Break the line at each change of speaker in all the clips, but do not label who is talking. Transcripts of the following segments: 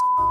a-"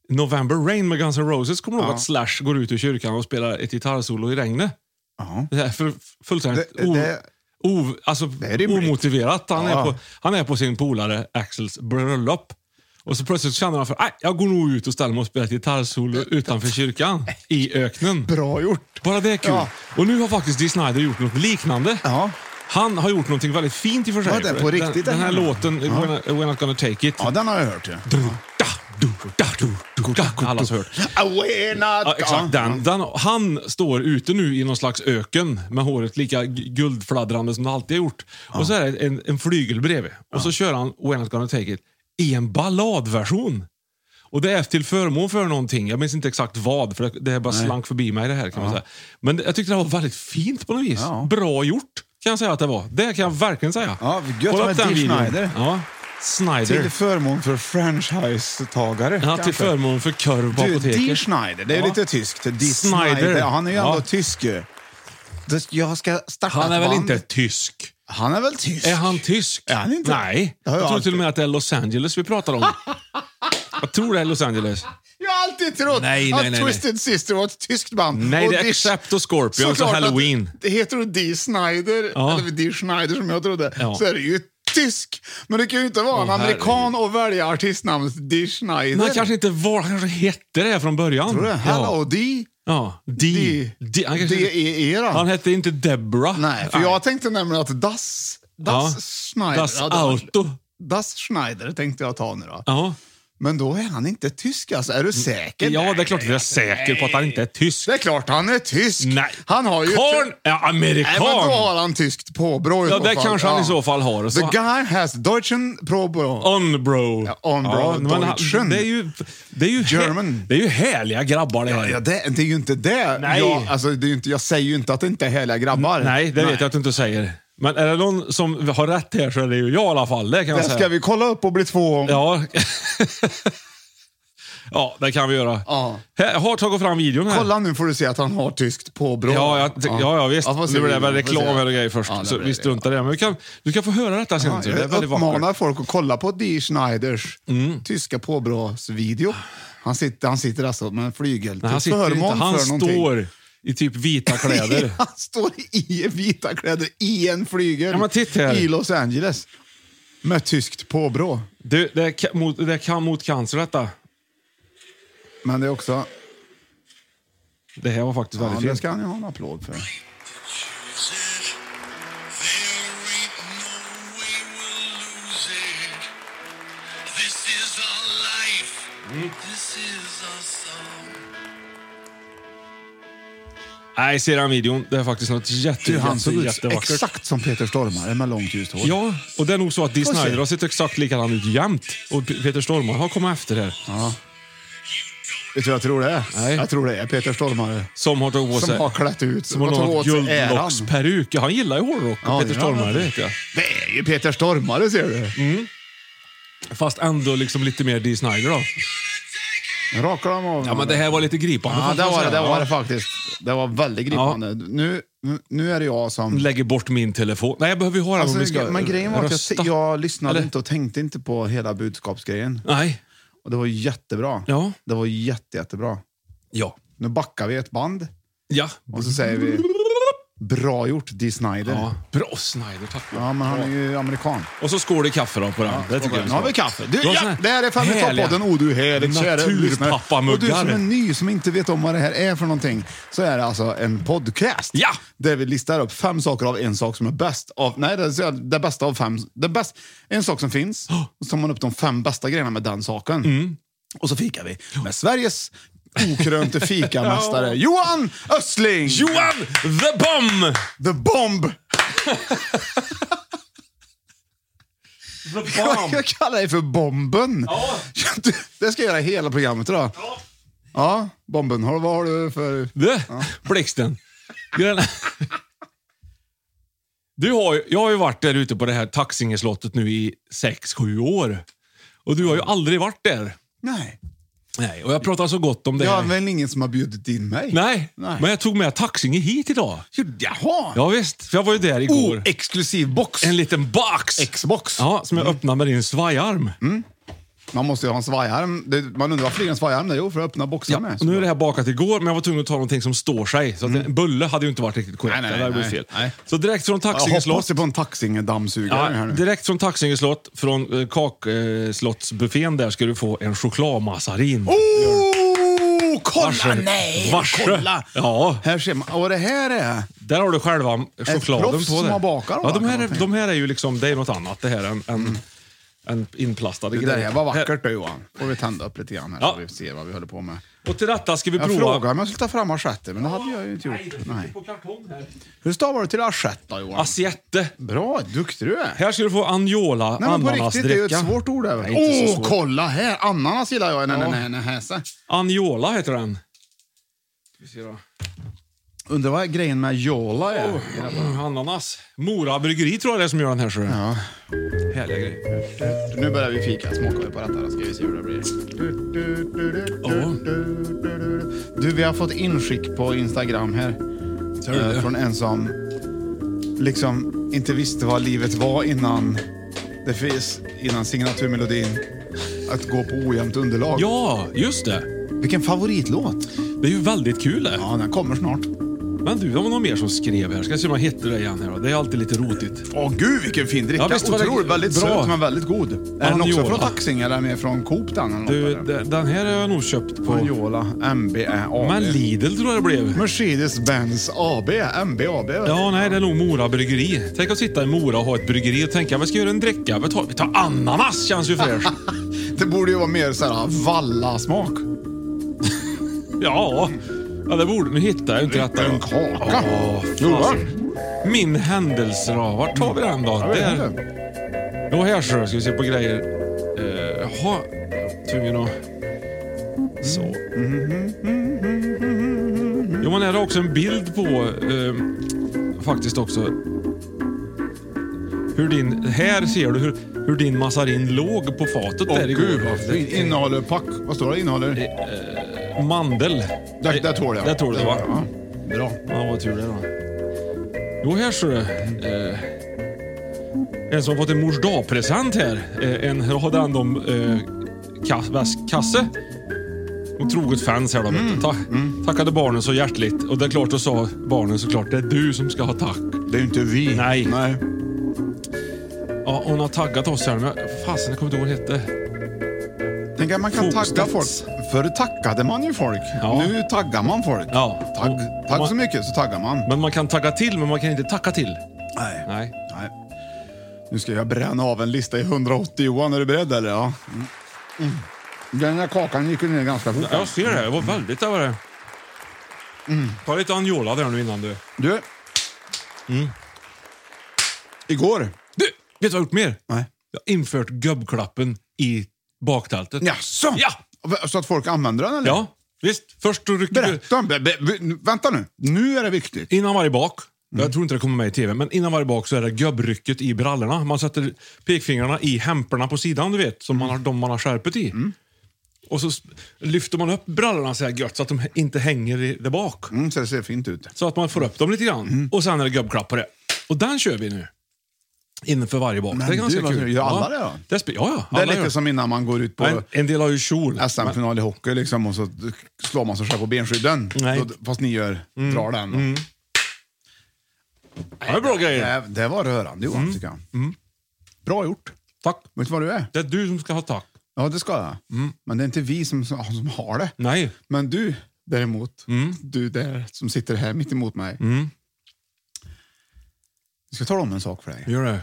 November Rain med Guns N' Roses. Kommer du ihåg att Slash går ut ur kyrkan och spelar ett gitarrsolo i regnet?
Ja.
Det här är för- fullständigt
Det- det-
o, o, alltså,
är rimligt.
omotiverat. Han,
Ja.
är på, han är på sin polare Axels bröllop. Och så plötsligt känner han för "Aj, jag går nog ut och ställer mig och spelar ett gitarrsolo utanför kyrkan i öknen.
Bra gjort.
Bara det är kul.
Ja.
Och nu har faktiskt Dee Snider gjort något liknande.
Ja.
Han har gjort något väldigt fint i och för sig.
Ja, det är på riktigt,
Den, den här
den här.
låten, We're not- We're not gonna take it.
Ja, den har jag hört. Ja.
Da, du, da, du, du, da. Alla har hört.
We're not...
Ja, exakt. Den, den, han står ute nu i någon slags öken med håret lika gu- guldfladdrande som det alltid har gjort. Och så är det en, en flygel bredvid. Och så kör han When I'm gonna take it i en balladversion. Och det är till förmån för någonting. Jag minns inte exakt vad, för det, det här bara slank förbi mig. det här kan man säga. Men det- jag tyckte det var väldigt fint på något vis.
Ja.
Bra gjort, kan jag säga att det var. Det kan jag verkligen säga.
Ja, gött
Kolla
med
upp den
Dee
videon.
Snider.
Ja. Snyder.
Till förmån för franchisetagare.
ja, till
kanske.
förmån för korv på
Du, Die
apoteket.
Schneider, det är
Ja.
lite tyskt. Die
Schneider.
Schneider. Ja, han är ju
Ja.
ändå tysk ju. Det- Jag ska starta
Han är
ett
väl
band.
inte tysk?
Han är väl tysk?
Är han tysk?
Är han inte?
Nej.
Det har
Jag
jag
tror
alltid-
till och med att det är Los Angeles vi pratar om. jag tror det är Los Angeles.
Jag har alltid trott
Nej, nej, nej,
att
nej.
Twisted Sister var ett tyskt band.
Nej,
Och
det är
Die-
Accept och Scorpions
Såklart
och Halloween.
Att, det heter du Die Schneider,
Ja.
eller Die Schneider som jag trodde,
Ja.
så är det ju tysk. Men det kan ju inte vara en
Åh,
amerikan och välja artistnamnet Die Schneider.
Men han kanske inte var, han kanske hette det från början.
Tror du? Hello,
Ja.
Die.
ja. D.
D.
D. Han, kanske inte,
D-E-E då?
han hette inte Deborah.
Nej, för jag tänkte nämligen att Das, das Schneider...
Das
ja, det var-
Auto.
Das Schneider tänkte jag ta nu då.
Ja. Mm.
Men då är han inte tysk alltså. Är du säker?
ja, det är klart att jag är säker på att han inte är tysk.
Det är klart han är tysk.
Nej.
Han har ju...
Karn är
Nej, men då
amerikan!
har han tyskt påbrå i
Ja,
så
det
fall.
kanske han i så fall har. Så-
The guy has deutschen påbrå.
On bro.
Ja, on bro,
men han-
Deutschen.
det är ju, det är ju,
German.
det är ju härliga grabbar det här.
Ja, det, det är ju inte det.
Nej.
Jag, alltså, det är ju inte, jag säger ju inte att det inte är härliga grabbar.
Nej, det vet jag att du inte säger. Men är det någon som har rätt här så är det ju jag i alla fall. Det kan
Det
jag
ska
säga.
vi kolla upp och bli två om.
Ja. ja, det kan vi göra.
Ja.
Här, Jag har tagit fram videon här.
Kolla nu får du se att han har tyskt påbrå.
Ja, jag, ja, ja, visst.
får se
nu blir det väl
videon, får se.
reklam och grejer först,
Ja, det
så
blir
vi
det.
struntar i det. Men vi kan, du kan få höra detta sen.
Ja,
tror jag. det är
jag
väldigt vackert. Mm.
uppmanar folk att kolla på Dee Schneiders tyska påbråsvideo. Han sitter, han sitter alltså med en flygel
Nej, han
till
sitter inte.
förmån
Han
för någonting.
står i typ vita kläder.
han står i vita kläder i en flygel
Ja, men titta här.
i Los Angeles. Med tyskt påbrå.
du, det är, ka- mot, det är kan mot cancer detta.
Men det är också...
Det här var faktiskt
Ja,
väldigt
det
fint.
ska han ju ha en applåd för.
Nej, ser den videon. Det är faktiskt något jätte,
Du, han
jätte,
såg ut
jättevackert.
exakt som Peter Stormare med långt ljust hår.
Ja, och det är nog så att Dee
Får se.
Snider har sett exakt likadan ut jämt. Och P- Peter Stormare har kommit efter här.
Vet du vad jag tror det är?
Nej.
Jag tror det är Peter Stormare.
Som har tagit på sig...
Som har klätt ut
Som har
och tagit
någon
åt sig äran.
guldlocksperuk. Ja, Han gillar ju hårdrock,
Ja,
Peter
ja.
Stormare, det vet jag. Mm.
Det är ju Peter Stormare ser du.
Fast ändå liksom lite mer Dee Snider då.
Nu rakar de av
Ja, men det här var lite gripande.
Ja,
får
det
man
var det,
säga.
det
Ja.
var det faktiskt. Det var väldigt gripande. Nu, nu är det jag som...
Lägger bort min telefon. Nej, jag behöver ju ha den
Alltså,
om vi ska
men grejen var att
rösta.
jag, jag lyssnade
Eller?
inte och tänkte inte på hela budskapsgrejen.
Nej.
Och det var jättebra.
Ja.
Det var jätte, jättebra.
Ja.
Nu backar vi ett band
Ja.
och så säger vi bra gjort Dee Snider.
ja.
Ja.
Bra Snider, tack.
men han är ju amerikan.
Och så skål i kaffe då på den. det tycker jag
Nu har vi kaffe. Du, ja, det här är Family Top-podden. Oh, du härligt kära lyssnare.
Naturpappamuggar.
Och du som är ny, som inte vet om vad det här är för någonting, så är det alltså en podcast.
Ja!
Där vi listar upp fem saker av en sak som är bäst av... Nej, det, är det bästa av fem... Det bäst, en sak som finns, och så tar man upp de fem bästa grejerna med den saken.
Mm.
Och så fikar vi med Sveriges okrönte fikamästare Johan Östling!
Johan the Bomb!
The Bomb!
The
Jag, jag kallar dig för Bomben.
Ja.
Du, Det ska jag göra hela programmet idag. Ja. Bomben. Har, vad har du för...
Du, Blixten. Gröna- Du har, ju- jag har ju varit där ute på det här Taxingeslottet nu i sex, sju år. Och du har ju aldrig varit där.
Nej.
Nej, och jag pratar så gott om det
Jag
här.
har väl ingen som har bjudit in mig?
Nej,
Nej.
men jag tog med Taxinge hit idag.
Jaha!
Ja, visst, för jag var ju där igår.
Oh, exklusiv box.
en liten box!
Xbox.
Ja, som jag öppnade med din svajarm.
Man måste ju ha en svajarm. Det- Man undrar vad flyger en svajarm där? Jo, för att öppna boxar med. Mm.
Och nu är det här bakat igår, men jag var tvungen att ta någonting som står sig. Så att en bulle hade ju inte varit riktigt korrekt.
Nej, nej,
det hade blivit
nej,
fel.
nej.
Så direkt från
jag
Taxinge slott.
hoppas det på en taxingedammsugare här
Ja,
nu.
direkt från Taxinge slott, från eh, kakslottsbuffén där, ska du få en chokladmassarin.
Oh, kolla!
Varse.
Nej,
Varse.
kolla!
Ja.
Här ser man. Och det här är...
Där har du själva chokladen
proffs
på
som
det.
har bakat dem,
ja, de,
va,
här,
kan man
är-
tänka.
de här är ju liksom, det är något annat det här än, än, än inplastade
Mm. Det
grejer.
där var vackert
Här-
då Johan. Får vi tända upp lite grann här
Ja.
så vi ser vad vi håller på med.
Och till detta ska vi
Jag
prova...
frågade om jag skulle ta fram assietten, men det hade jag ju inte gjort. Nej.
på kartong här.
Hur stavar du till asiett då Johan?
Assiette.
Bra, duktig du är.
Här ska du få anjola
Nej men på riktigt, det är ju
ananasdricka.
ett svårt ord. Åh,
Nej, inte så
oh,
svårt.
kolla här! Ananas gillar jag. Nej, nej, nej, nej, häsa.
Anjola heter den. Ska vi se då.
Undrar vad grejen med jola är.
Ananas. Mora bryggeri tror jag det är som gör den här. Så. Ja. Härliga grejer.
Nu börjar vi fika. Smakar vi på detta då ska vi se hur det blir. Du, vi har fått inskick på Instagram här. Eh, Från en som liksom inte visste vad livet var innan det finns, innan signaturmelodin. Att gå på ojämnt underlag.
Ja, just det.
Vilken favoritlåt.
Det är ju väldigt kul det.
Ja, den kommer snart.
Men du, det var någon mer som skrev här. Ska se om jag hittar det igen här då. Det är alltid lite rotigt.
Åh gud vilken fin dricka!
Ja, visst var det
Otroligt, väldigt
bra.
söt men väldigt god. Är den också
Anjola.
från Taxing eller är den mer från Coop den? eller något,
Du,
eller?
de- den här har jag nog köpt på...
Anjola MBA
Men
AB.
Lidl tror jag det blev.
Mercedes-Benz AB, MBAB.
Ja, nej, det är nog Mora bryggeri. Tänk att sitta i Mora och ha ett bryggeri och tänka, vi ska göra en dricka. Vi tar, vi tar ananas, känns ju fräscht.
Det borde ju vara mer såhär valla-smak.
Ja, ja det borde... Nu hittar jag inte detta.
En kaka.
Åh,
Jo, va?
fasen. Min händelse då. Vart tar vi den då?
Jag vet
Där.
inte.
Jo, här så ska vi se på grejer. Eh, Jaha, tvungen att... Så. Jo, men här har också en bild på eh, faktiskt också hur din... Här ser du hur, hur din massarin låg på fatet
Åh
där igår.
gud vad fint. Innehåller pack... Vad står det? Innehåller...
Mandel.
Där, där tål jag.
Där tål du va?
Ja. Bra.
Ja, vad tur det då. Jo, här ser du. Eh, en som har fått en mors dag-present här. Eh, en radandom eh, kass, väskkasse. Och troget fans här då. vet du. Ta, Tackade barnen så hjärtligt. Och det är klart, då sa barnen såklart, det är du som ska ha tack.
Det är ju inte vi.
Nej.
Nej.
Ja, hon har taggat oss här, men jag- fasen, jag kommer inte ihåg vad det hette.
Tänk att man kan tagga folk.
Fokusnets.
Förr tackade man ju folk.
Ja.
Nu taggar man folk.
Ja.
Tagg,
Och-
tagg
och
så
man-
mycket så taggar man.
Men man kan tagga till, men man kan inte tacka till.
Nej.
Nej.
Nej. Nu ska jag bränna av en lista i 180 Johan. Är du beredd eller? Ja. Mm. Den här kakan gick ju ner ganska fort.
Jag ser det. Det var väldigt... Det var det. Mm. Ta lite anjola där nu innan du...
Du.
Mm.
Igår.
Du, vet du vad jag har gjort mer?
Nej.
Jag har infört gubbklappen i baktältet.
Jaså?
Ja!
Så att folk använder den eller?
Ja, visst. Först då rycker du...
Berätta. Be, be, be, vänta nu. Nu är det viktigt.
Innan varje bak,
Mm.
jag tror inte det kommer med i tv, men innan varje bak så är det gubbrycket i brallorna. Man sätter pekfingrarna i hämperna på sidan, du vet, som man
Mm.
har, de man har skärpet i. Och så s- lyfter man upp brallorna så här gött så att de h- inte hänger i- där bak.
Mm, så det ser fint ut.
Så att man får upp dem lite grann.
Mm.
Och sen är det gubbklapp på det. Och den kör vi nu. Inför varje bak.
Men
det är ganska
du, vad
kul.
kul. Gör alla det då?
det spe- ja, ja.
Det är
alla gör
lite som innan man går ut på
Men en del har ju kjol. Men,
SM-final i hockey liksom, och så slår man sig själv på benskydden.
Nej.
Då, fast ni gör, drar den.
ja, det är bra grejer. Mm.
Det, det var rörande Johan, tycker jag. Bra gjort.
Tack.
Vet du vad du är?
Det är du som ska ha tack.
Ja, det ska jag.
Mm.
Men det är inte vi som, som, som har det.
Nej.
Men du däremot,
Mm.
du där som sitter här mitt emot mig. Jag ska tala om en sak för dig.
Gör det.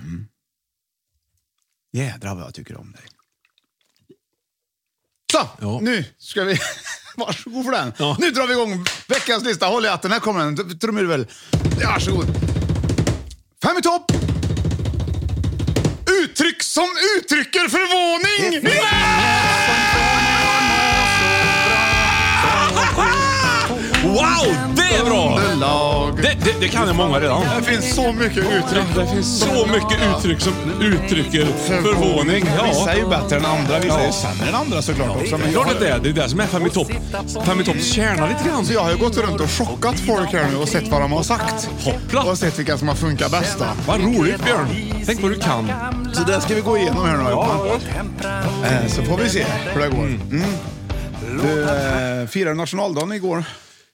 Jädrar vad jag tycker om dig. Så,
Ja.
nu ska vi... Varsågod för den.
Ja.
Nu drar vi igång veckans lista. Håll i hatten, här kommer den. Trumvirvel. Varsågod. Fem i topp! Uttryck som uttrycker förvåning!
Wow, det är bra!
Underlag.
Det, det, det kan jag många redan.
Det finns så mycket uttryck.
Det finns så mycket uttryck som uttrycker förvåning.
Vissa
Ja.
är ju bättre än andra, vissa
Ja.
är ju sämre än andra såklart också. Men jag,
Klart att det är. Det är det som är Fem i topp. Fem i topps kärna lite grann.
så jag har ju gått runt och chockat folk här nu och sett vad de har sagt.
Hoppla!
Och sett vilka som har funkat bäst. Då.
Vad roligt Björn. Tänk vad du kan.
Så det ska vi gå igenom här nu allihopa. Eh, Så får vi se hur det går. Mm. Du eh, firade nationaldagen igår.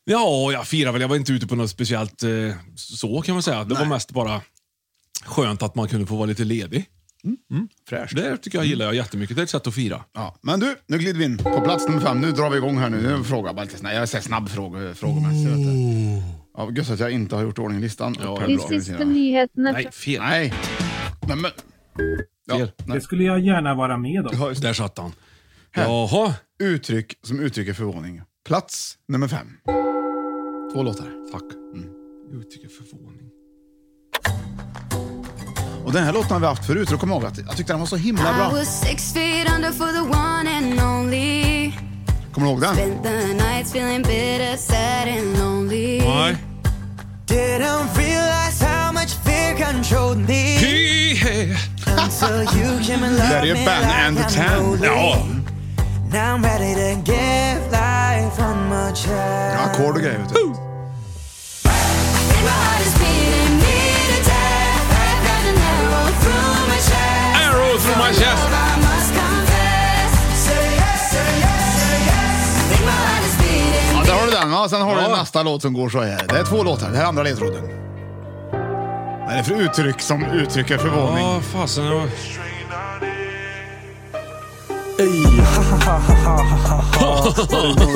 Ja, jag firade väl. Jag var inte ute på något speciellt eh, så kan man säga. Det var mest bara skönt att man kunde få vara lite ledig.
Fräscht.
Det tycker jag gillar jag jättemycket. Det är ett sätt att fira.
Ja, men du, nu glider vi in på plats nummer fem. Nu drar vi igång här nu. Nu frågar jag bara lite snabbt. Jag är så här snabb fråga, frågemässig. vet du. Ja, gud så att jag inte har gjort ordning i listan. Ja,
I sista nyheterna
Nej, fel.
Nej. Nej, men... Ja,
Fel.
nej.
skulle jag gärna vara med om.
Ja, just det.
Där satt han. Jaha.
Uttryck som uttrycker förvåning. Plats nummer fem. Två låtar. Mm.
Tack. Uttrycker förvåning.
Och den här låten har vi haft förut, så kom ihåg att jag tyckte den var så himla
I
bra.
was six feet under for the one and only.
Kommer du ihåg den?
Spent the nights feeling bitter, sad, and lonely.
Nej.
Didn't realize how much fear controlled me
Hej.
until you came and
Där
loved
är
me
Ben
like
and the
I'm
Ten.
old.
Ja.
Now I'm ready to give life one more try.
Ja, Ackord och grejer. Vet du.
And my heart is beating me to death. I've got an arrow through my chest.
Arrow through my chest.
Love, I must confess. Say yes, say yes, say yes. I think my heart is beating
Ja, där har du den va? Sen har du
Ja.
nästa låt som går så här. Det är två låtar. Det här är andra ledtråden. Vad är det för uttryck som uttrycker förvåning?
Ja, fasen. jag-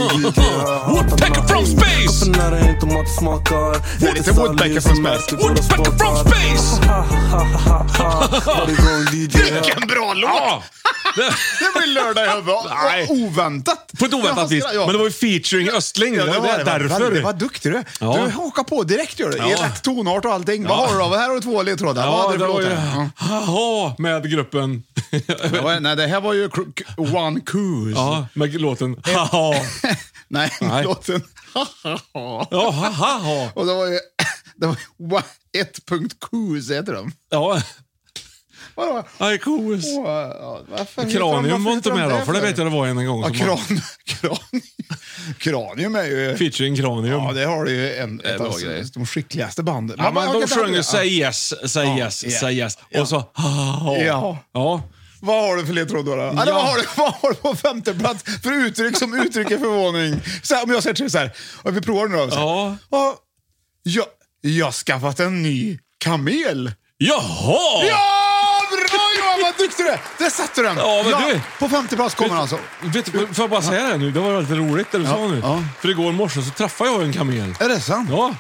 Woodpecker from space!
Det är lite Woodpecker från Smash.
Woodpecker from space!
Vilken bra låt!
Ja.
Det blir lördag i huvudet.
Nej.
Och Oväntat.
På ett oväntat vis.
Ja.
Men det var ju featuring Östling.
Ja,
det
var
var
det. Vad-
därför.
Det var duktig du
Ja.
Du hakar på direkt gör du. I
Ja.
rätt tonart och allting. Vad
Ja.
har du då? Här har du två ledtrådar. Vad
Ja,
hade
det
du för
var ju...
låtar? Ja.
Haha, med gruppen...
Det var- Nej, det här var ju Cru- K- One Cruise.
Ja, med låten Haha.
Nej,
Nej.
låten.
Ja, haha.
Och det var ju... Det var ju One- 1.Cruise heter de.
Ja,
Vadå?
I course.
Åh, ja, varför heter de- varför
Kranium var inte
heter de
med då,
det
för det vet jag det var en gång.
Ja,
som var-
kran, kran, kranium är ju...
Featuring Kranium.
Ja, det har du ju en, ett
bra
av
grej.
de skickligaste banden.
Ja,
Man-
men
man
de
kan
sjöng
tänka-
ju Say yes, say
Ja,
yes,
ja,
say yes.
ja.
Och så... "Haha."
Ja.
Ja.
Vad har du för ledtråd då? då? Eller vad, har du, vad har du på femte plats för uttryck som uttrycker förvåning? Så här, om jag säger till dig så här, och vi provar nu då. Så här.
Ja.
Ja, jag, jag har skaffat en ny kamel.
Jaha!
Ja, bra Johan, vad duktig du är! Där satte du den!
Ja, men du-
På femte plats kommer den alltså.
Vet du, får jag bara säga det här nu? Det var väldigt roligt det du sa nu.
ja.
För igår morse så träffade jag en kamel.
Är det sant?
Ja.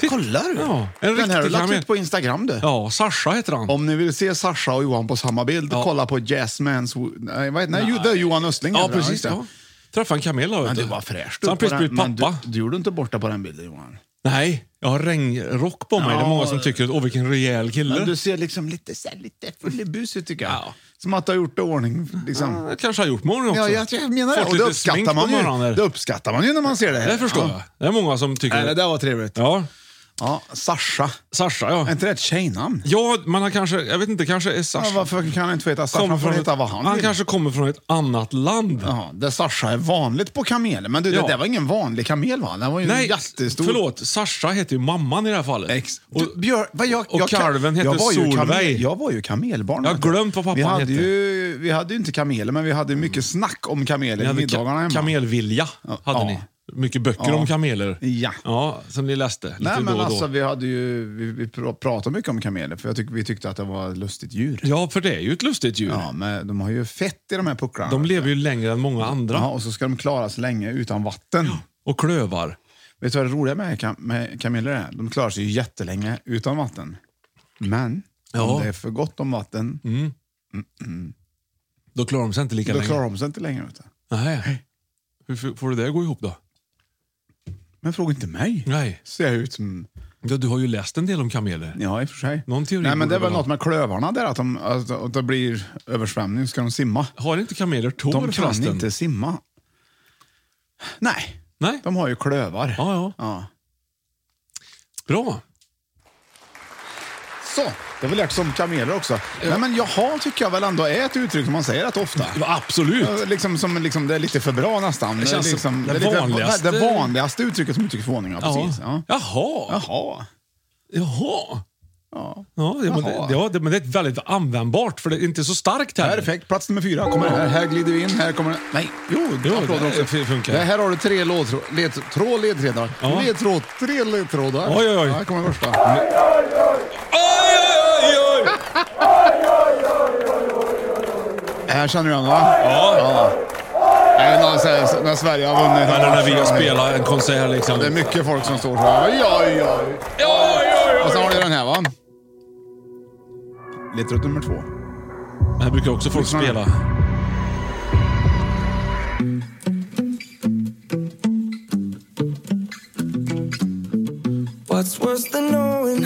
Titt-
Kolla du!
Ja, en
den här har du
riktig
lagt
kamel.
ut på Instagram du.
Ja, Sasha heter han.
Om ni vill se Sasha och Johan på samma bild,
Ja.
kolla på Jazzmans... Nej, vad heter nej, nej. det är Johan Östling.
ja,
heter han, just
precis.
det.
Ja. Träffade en kamel då. vet
Men
du.
det var fräscht.
Så han
upp på
precis blivit
den, men
pappa.
Du, du gjorde inte borta på den bilden Johan.
Nej, jag har regnrock på mig. det är många som
Ja.
tycker att åh vilken rejäl kille.
Men du ser liksom lite, så här, lite fullibus ut tycker jag.
Ja.
Som att du har gjort det i ordning. Liksom.
Det kanske har gjort många också.
Ja, jag, jag menar det.
Fått
Och det
lite smink
uppskattar,
på
man ju,
morgonen.
det uppskattar man ju när man ser det här.
Det förstår
ja.
jag. Det är många som tycker
Nej, det där var trevligt.
Ja,
Ja, Sasha.
Sasha ja.
Är inte det ett tjejnamn?
Ja, man har kanske, jag vet inte, kanske är Sasha.
Ja, varför kan han inte få heta Sasha? Han får
ett-
heta vad han, vill.
kanske kommer från ett annat land.
Ja, där Sasha är vanligt på kameler. Men du, det
Ja.
där var ingen vanlig kamel va? Den var ju
Nej,
jättestor.
förlåt. Sasha heter ju mamman i det här fallet.
Ex.
Och,
Du, Björ, vad jag,
och
jag,
kalven
jag
heter
var ju
Solveig.
Kamel, jag var ju kamelbarn.
Jag har glömt vad pappan
vi hade
hette.
Ju, vi hade ju inte kameler, men vi hade ju mycket snack om kameler
ni
i
hade
middagarna
ka-
hemma.
kamelvilja
Ja,
hade
ja.
ni. Mycket böcker
Ja.
om kameler.
Ja.
Ja, som ni läste. Lite
Nej,
då och
men
då.
alltså, vi, hade ju, vi, vi pra- pratade mycket om kameler, för jag tyck, vi tyckte att det var ett lustigt djur.
Ja, för det är ju ett lustigt djur.
Ja, men de har ju fett i de här pucklarna.
De lever ju längre än många andra.
ja, och så ska de klara sig länge utan vatten.
Och klövar.
Vet du vad det roliga med, kam- med kameler är? De klarar sig ju jättelänge utan vatten. Men
Ja.
om det är för gott om vatten,
Då klarar de sig inte lika
då
länge.
klarar de sig inte längre. Vet du.
Nej. Hur f- får du det att gå ihop då?
Men fråga inte mig.
Nej.
Ser jag ut som...
Ja, du har ju läst en del om kameler.
Ja, i och för sig.
Någon teori
Nej, men
borde
det är väl
väl ha.
något med klövarna där, att, de, att, att det blir översvämning ska de simma.
Har inte kameler tår
De kan
förresten?
inte simma. Nej,
Nej.
de har ju klövar.
Ja, ja.
Ja.
Bra.
Så, det har vi lärt oss om kameler också. Nej, men jaha tycker jag väl ändå är ett uttryck som man säger rätt ofta.
Ja, absolut.
Eh, Liksom, som, liksom, det är lite för bra nästan.
Det känns som
liksom,
det
lite-
vanligaste-
det vanligaste uttrycket som uttrycker förvåning. Ja, precis. Ja.
Jaha.
Jaha.
Jaha. Ja, ja, men, det,
Jaha.
ja det, men det är väldigt användbart för det är inte så starkt här.
Perfekt, plats nummer fyra. Kommer här, här glider vi in, här kommer den. Nej, jo,
Jo,
applåder
det
också.
f- funkar.
Det här har du tre ledtråd, ledtråd ledtrådar.
Ja.
Ledtråd, tre ledtrådar.
Oj, oj, oj.
Här kommer första.
Oj, oj, oj, oj!
Här känner du igen va?
Ja,
Nej, när, så här, när Sverige har vunnit.
men när vi har
matchen.
spelat en konsert liksom.
Det är mycket folk som står så här. Oj, oj, oj.
Oj, oj,
Och
oj!
sen har du den här va? Ledtråd nummer två.
Det här brukar också folk
Lyssna nu.
spela.
What's worse than knowing?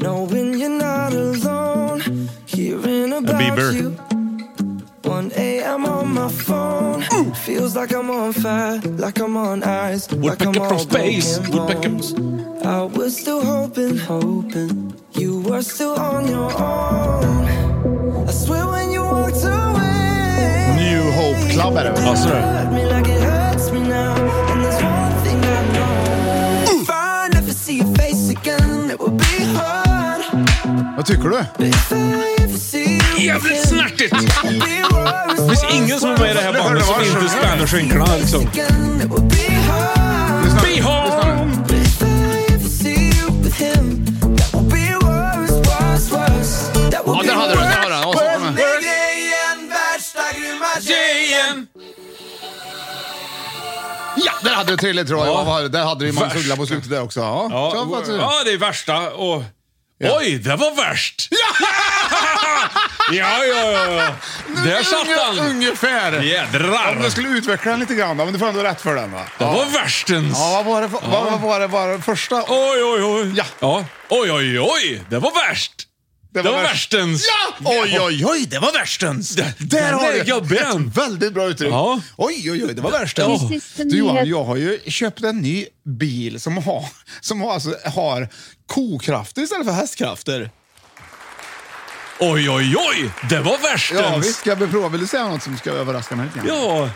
Knowing you're not alone. Hearing about
Bieber.
you. 1 a.m. on my phone. Feels like I'm on fire, like I'm on ice. like
Woodpecker
I'm
from
all broken
space.
bones. I was still hoping, hoping you were still on your own. I swear when you walked away.
New Hope Club är det väl?
Ja, så är det.
hurt me like it hurts me now. And there's one thing I know. If I never see your face again, it will be hard.
Vad tycker du?
If I ever see you
Jävligt
again,
snärtigt!
it'll be worse.
Det finns ingen som är med i det här bandet som inte spänner skinkorna liksom.
Again, it will be hard.
Lyssna nu,
Be
lyssna nu.
home!
If I ever see you with him, that will be worse, worse, worse. That
Ja,
will be
där hade du den, där
worse.
har du den. Och så kommer den.
Det är grejen, värsta grymma tjejen.
Ja, där hade du tre ledtrådar.
Ja.
Ja. vad- Där hade du Magnus
Värst.
Uggla på slutet där också. Ja, Så,
Ja,
vad tror du?
ja, det är värsta och... Oj, det var värst! Ja, ja, ja. ja. Där satt
Unge-
han!
Ungefär. Om
Jädrar!
du skulle utveckla den lite grann då, men du får ändå rätt för den va?
Det
Ja.
var värstens!
Ja, vad var det, för, vad, vad var det, var det första?
Oj, oj, oj.
Ja.
Oj, oj, oj. Det var värst. Det var värstens.
Ja! Oj, oj, oj, det var värstens. Där,
den
har
är
du
gubben.
ett väldigt bra uttryck.
Ja.
Oj, oj, oj, det var värstens.
Sista
Du Johan,
nyhet.
jag har ju köpt en ny bil som har, som har, alltså, har kokrafter istället för hästkrafter.
Oj, oj, oj. Det var
Ja,
värstens.
visst ska vi prova. Vill du säga något som ska överraska mig lite grann?
Ja.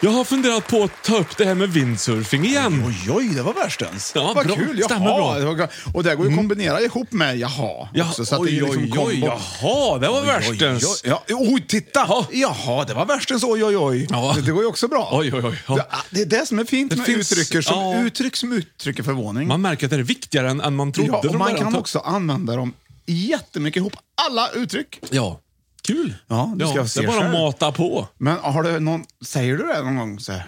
Jag har funderat på att ta upp det här med windsurfing igen.
Oj, oj, det var värstens.
Ja,
Vad
bra.
kul. Jaha.
Stämmer bra. Mm.
Det var, ga- och det går ju att kombinera ihop med jaha.
Ja,
också, så att det är
oj,
ju liksom
oj, oj.
kombo.
Jaha, det var värstens.
Oj, oj, oj. Ja, oj, titta! Jaha, det var värstens oj, oj, oj.
Ja.
Det, det går ju också bra.
Oj, oj, oj, ja.
Det, det är det som är fint
Det
med
finns-
uttryck, som,
ja.
uttryck som uttrycker förvåning.
Man märker att det är viktigare än, än man trodde.
ja, och
från
man
början.
kan också använda dem jättemycket ihop. Alla uttryck.
Ja. Kul.
Ja, det ska jag se
det är bara
själv.
att mata på.
Men har du någon, säger du det någon gång? Så här,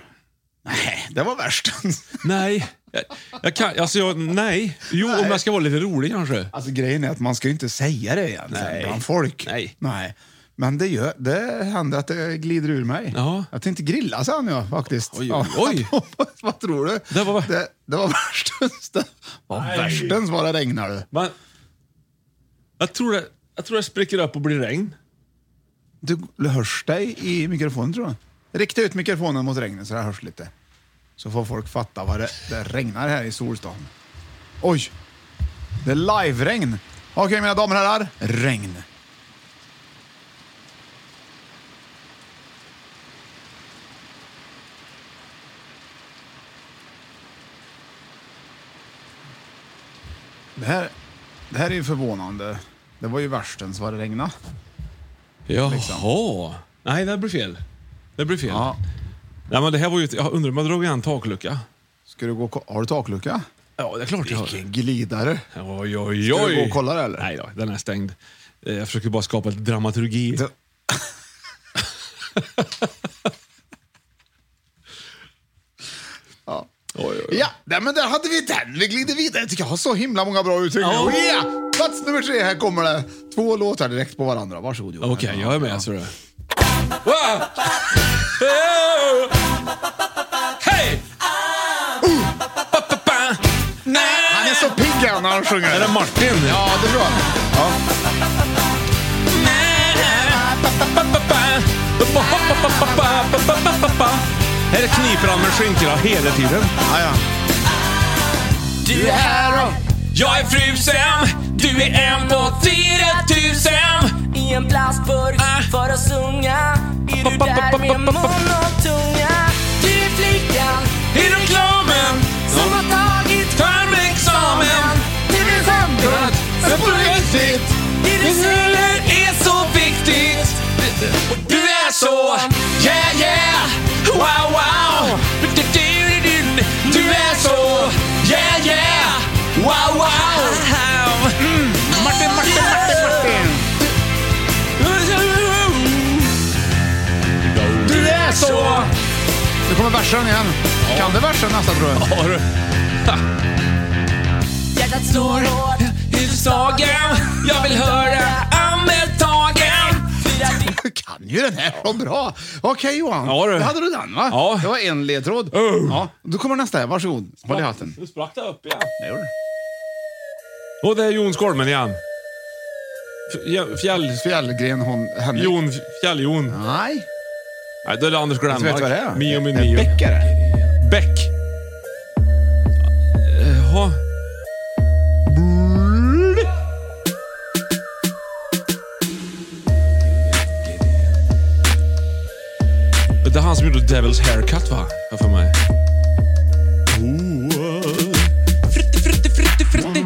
nej, det var värstens.
Nej. Jag, jag kan, alltså jag, nej. Jo, om jag ska vara lite rolig kanske.
Alltså grejen är att man ska ju inte säga det igen sen
Nej.
bland folk.
Nej.
Nej. Men det, gör, det händer att det glider ur mig.
Ja.
Jag tänkte grilla sen jag faktiskt.
Oj, oj, oj.
Ja, Vad tror du?
Det var-
det, det var värstens. Det var
Nej.
värstens vad det regnar du.
Men, jag, tror det, jag tror det spricker upp och blir regn.
Du hörs dig i mikrofonen tror jag. Rikta ut mikrofonen mot regnet så det hörs lite. Så får folk fatta vad det, det regnar här i Solstaden. Oj! Det är live-regn. Okej mina damer och herrar, regn. Det här, det här är ju förvånande. Det var ju värstens vad det regnade.
Jaha. Liksom. Nej, det blir fel. Det blir fel.
Ja.
Nej, men det här var ju ett, jag undrar om jag drog igen taklucka.
Ska du gå och ko- Har du taklucka?
Ja, det är klart jag har.
glidare.
Oj, oj, oj.
Ska du gå och kolla det, eller?
Nej då, den är stängd. Eh, Jag försöker bara skapa lite dramaturgi.
Det-
Oj, oj.
Ja, nej, men där hade vi den. Vi glider vidare. Jag tycker jag har så himla många bra uttryck.
Ja.
Ja. ja! Plats nummer tre. Här kommer det. Två låtar direkt på varandra. Varsågod Johan.
Okej, jag är med. Så är det. Hej!
Han är så pigg här när han sjunger.
Är det Martin?
Ja, det är bra.
Här kniper han med skinkorna hela tiden.
Ja, ja.
Du är här och jag är frusen. Du är en på 4000.
I en plastburk
Ah.
för att sjunga Är du
Pop, pop,
där
pop,
med
pop, pop, pop.
monotunga? Du är flickan
I reklamen
som har tagit
tar med examen.
till en skämtburk
versen igen. Kan du versen nästa tror jag?
Har du?
Hjärtat slår huvudstagen Jag vill höra andetagen
Du kan ju den här så bra. Okej Johan,
Ja, du.
då hade du den va?
Ja.
Det var en ledtråd.
Oh.
Ja, då kommer nästa. Varsågod. Håll i hatten.
Nu sprack det upp igen.
Det gjorde du.
Och det är Jon Skolmen igen. Fjäll... fjäll
Fjällgren, hon, Henrik.
Jon... Fjäll-Jon.
Nej.
Nej, då är det Anders Glenmark.
Vet du vad det är?
Mio med
En
Mio.
bäckare.
Bäck. Jaha. Det är han som gjorde Devil's Haircut va? Har för mig.
Fritte, fritte, fritte, fritte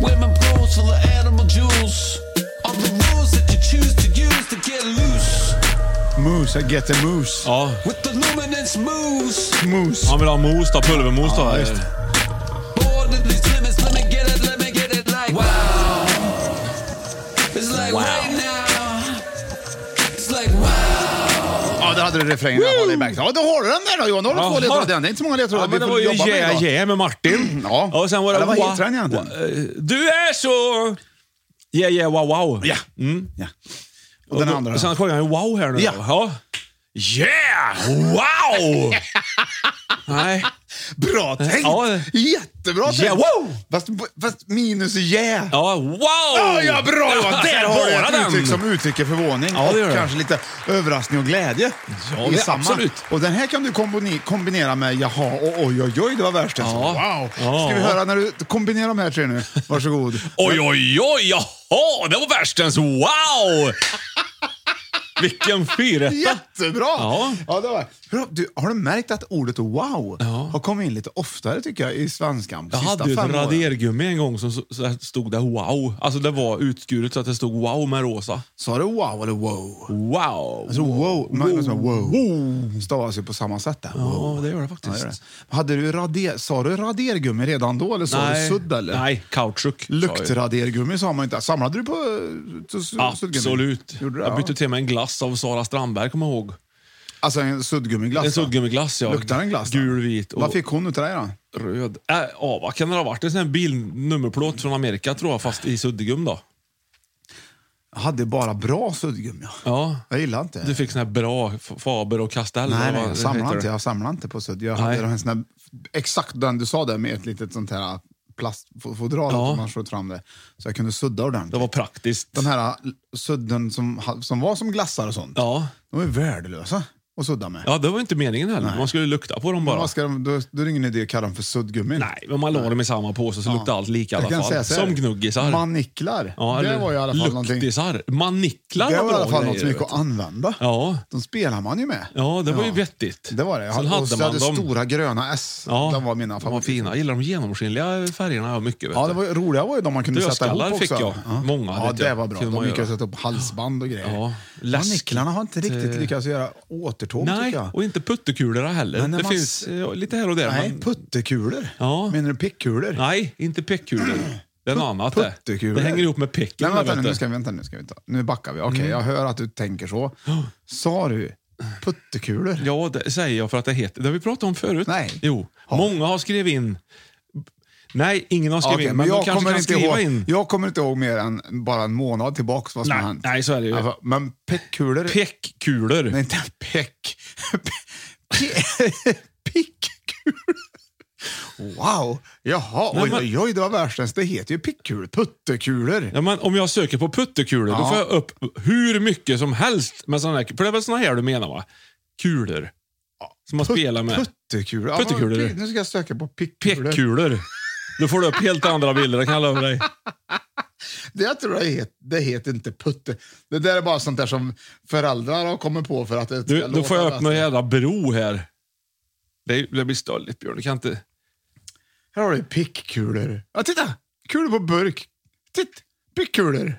Women pose for the animal jewels Of the rules that you choose to use to get loose
Moose, I get the moose.
Ja,
With the luminance moves
Moose.
han vill ha mos då. Pulvermos då.
Ja, visst.
Ordinately slim is, let me get it, let me get it like wow It's like right now It's like wow
Ja, där hade du refrängen. Håll i back. Ja, då har du den där då Johan. Då har du två
Jaha.
ledtrådar. igen. Det är inte så många ledtrådar
Ja, men det var
får
ju
jobba med
Yeah
idag.
Yeah med Martin.
Ja.
Och sen var det...
Eller vad
Wa-
heter den egentligen?
Wa- eh, Du är så... Yeah Yeah Wow Wow.
Ja. ja. Och den
Mm. då-
andra
Sen
då?
sjöng han ju wow här nu.
Ja.
då. ja. Yeah! Wow! Nej.
Bra tänkt!
Ja.
Jättebra tänkt!
Yeah, wow!
Fast, fast minus yeah.
Ja, wow! Oh.
Ja, ja, bra Johan! Där har du
Bara
ett
den.
uttryck som uttrycker förvåning
Ja, det gör
och
det.
kanske lite överraskning och glädje.
Ja,
i
det-
samma.
absolut.
Och den här kan du kombini- kombinera med jaha och oj, oj, oj, det var värst. alltså.
Ja.
Wow!
Ja.
Ska vi höra när du kombinerar de här tre nu? Varsågod.
Oj, oj, oj, jaha! Det var värstens wow! Vilken fyrrätta!
Jättebra!
Ja.
det var. Hur- Du, har du märkt att ordet wow har kommit in lite oftare tycker jag i svenskan? på
Jag
sista
hade ju ett
fem åren?
radergummi en gång som så, så här stod det wow. Alltså det var utskuret så att det stod wow med rosa.
Sa du wow eller wow?
Wow!
Alltså wow, men- men som wow. stavas ju på samma sätt. Där.
Ja, det gör det faktiskt.
Ja, det är det. Hade du rader, sa du radergummi redan då eller sa du sudd? Eller?
Nej, kautschuk. sa jag ju.
Luktradergummi sa man inte. Samlade du på eh, t- s- suddgummi?
Absolut.
Gjorde du,
jag bytte
ja.
till mig en glass av Sara Strandberg, kommer jag ihåg.
Alltså en suddgummiglass?
En
va?
suddgummiglass, ja.
Luktar den glass? då?
Gul, vit och
Vad fick hon utav dig då?
röd. Äh, ja, vad kan det ha varit? En sån här bilnummerplåt från Amerika, tror jag, fast i suddgum då.
Jag hade bara bra suddgummi.
Ja.
Jag gillar inte.
Du fick sån här bra F- Faber och Castell.
Nej,
eller
nej,
vad
jag
det
samlar
heter.
inte. Jag samlar inte på sudd. Jag
Nej.
hade en sån där, exakt den du sa där med ett litet sånt här plastfodral
Ja.
som man sköt fram det. Så jag kunde sudda ordentligt.
Det var praktiskt.
De här sudden som, ha- som var som glassar och sånt,
Ja.
de är värdelösa att sudda med.
ja, det var inte meningen heller. Man skulle lukta på dem
Men
bara.
Vad ska de, då, då är det ingen idé att kalla dem för suddgummin.
Nej, men man la dem i samma påse så luktade allt lika i
Jag
alla
kan säga
fall.
så här,
Som gnuggisar.
Maniklar.
ja,
det
eller
var i alla fall någonting. Det
luktisar. Maniklar
var i
bra
alla fall något som
grejer,
gick att
vet
använda.
du. Ja.
De spelar man ju med.
Ja, det var ju vettigt.
Det var det.
Sen
och
hade
så
man
hade
dem.
stora gröna S.
Ja,
de var
de
mina
var
favoriter.
fina. Jag gillar de genomskinliga färgerna jag mycket. Vet
Ja,
du.
det var, ju- roliga var ju de man kunde sätta ihop
Dödskallar
också.
fick jag. Många,
Ja,
vet
det
jag.
var bra.
Kunde
De
man
gick att
göra.
sätta upp halsband och grejer.
Ja, läskigt.
Maniklarna har inte riktigt lyckats göra återtåg
Nej,
tycker jag.
och inte puttekulor heller.
Men när
det
man
finns
s-
eh, lite här och där.
Nej,
men...
puttekulor.
Ja.
Menar du pickkulor?
Nej, inte peckkulor. Det är något annat det.
Puttekulor.
Det hänger ihop med pecken.
Nej,
där,
vänta, nu,
vet Mm.
nu
du.
ska vi, vänta nu, ska vi ta. Nu backar vi. Okej, jag hör att du tänker så. Sa du puttekulor?
Ja, det säger jag för att det heter... Det har vi pratat om förut.
Nej.
Jo.
Ja.
Många har skrivit in... Nej, ingen har
Ja,
skrivit
okej,
in. Men de
jag,
kanske
kommer
kan
inte
skriva
ihåg,
in.
jag kommer inte ihåg mer än bara en månad tillbaka vad som
Nej,
har hänt.
nej, så är det ju.
Alltså, men peckkulor...
Peckkulor.
Nej, inte peck. Pe- Pickkulor. Wow! Jaha,
Nej,
oj,
men-
oj, oj, det var världens. Det heter ju pickkulor. Puttekulor.
Ja, men om jag söker på puttekulor, då
Ja.
får jag upp hur mycket som helst med såna här... För det är väl såna här du menar, va? Kulor. Som man
Put-
spelar med.
Puttekulor. Ja,
Puttekulor.
men, nu ska jag söka på pickkulor.
Peckkulor. Då får du upp helt andra bilder, det kan jag lova dig.
Det jag tror jag heter, det heter inte putte. Det där är bara sånt där som föräldrar har kommit på för att det ska
Du, då
låta
får jag upp
bäst.
någon jävla bro här. Det, är- det blir stöldigt, Björn. Du kan inte...
Här har du pickkulor. Ja, titta! Kulor på burk. Titt! Pickkulor.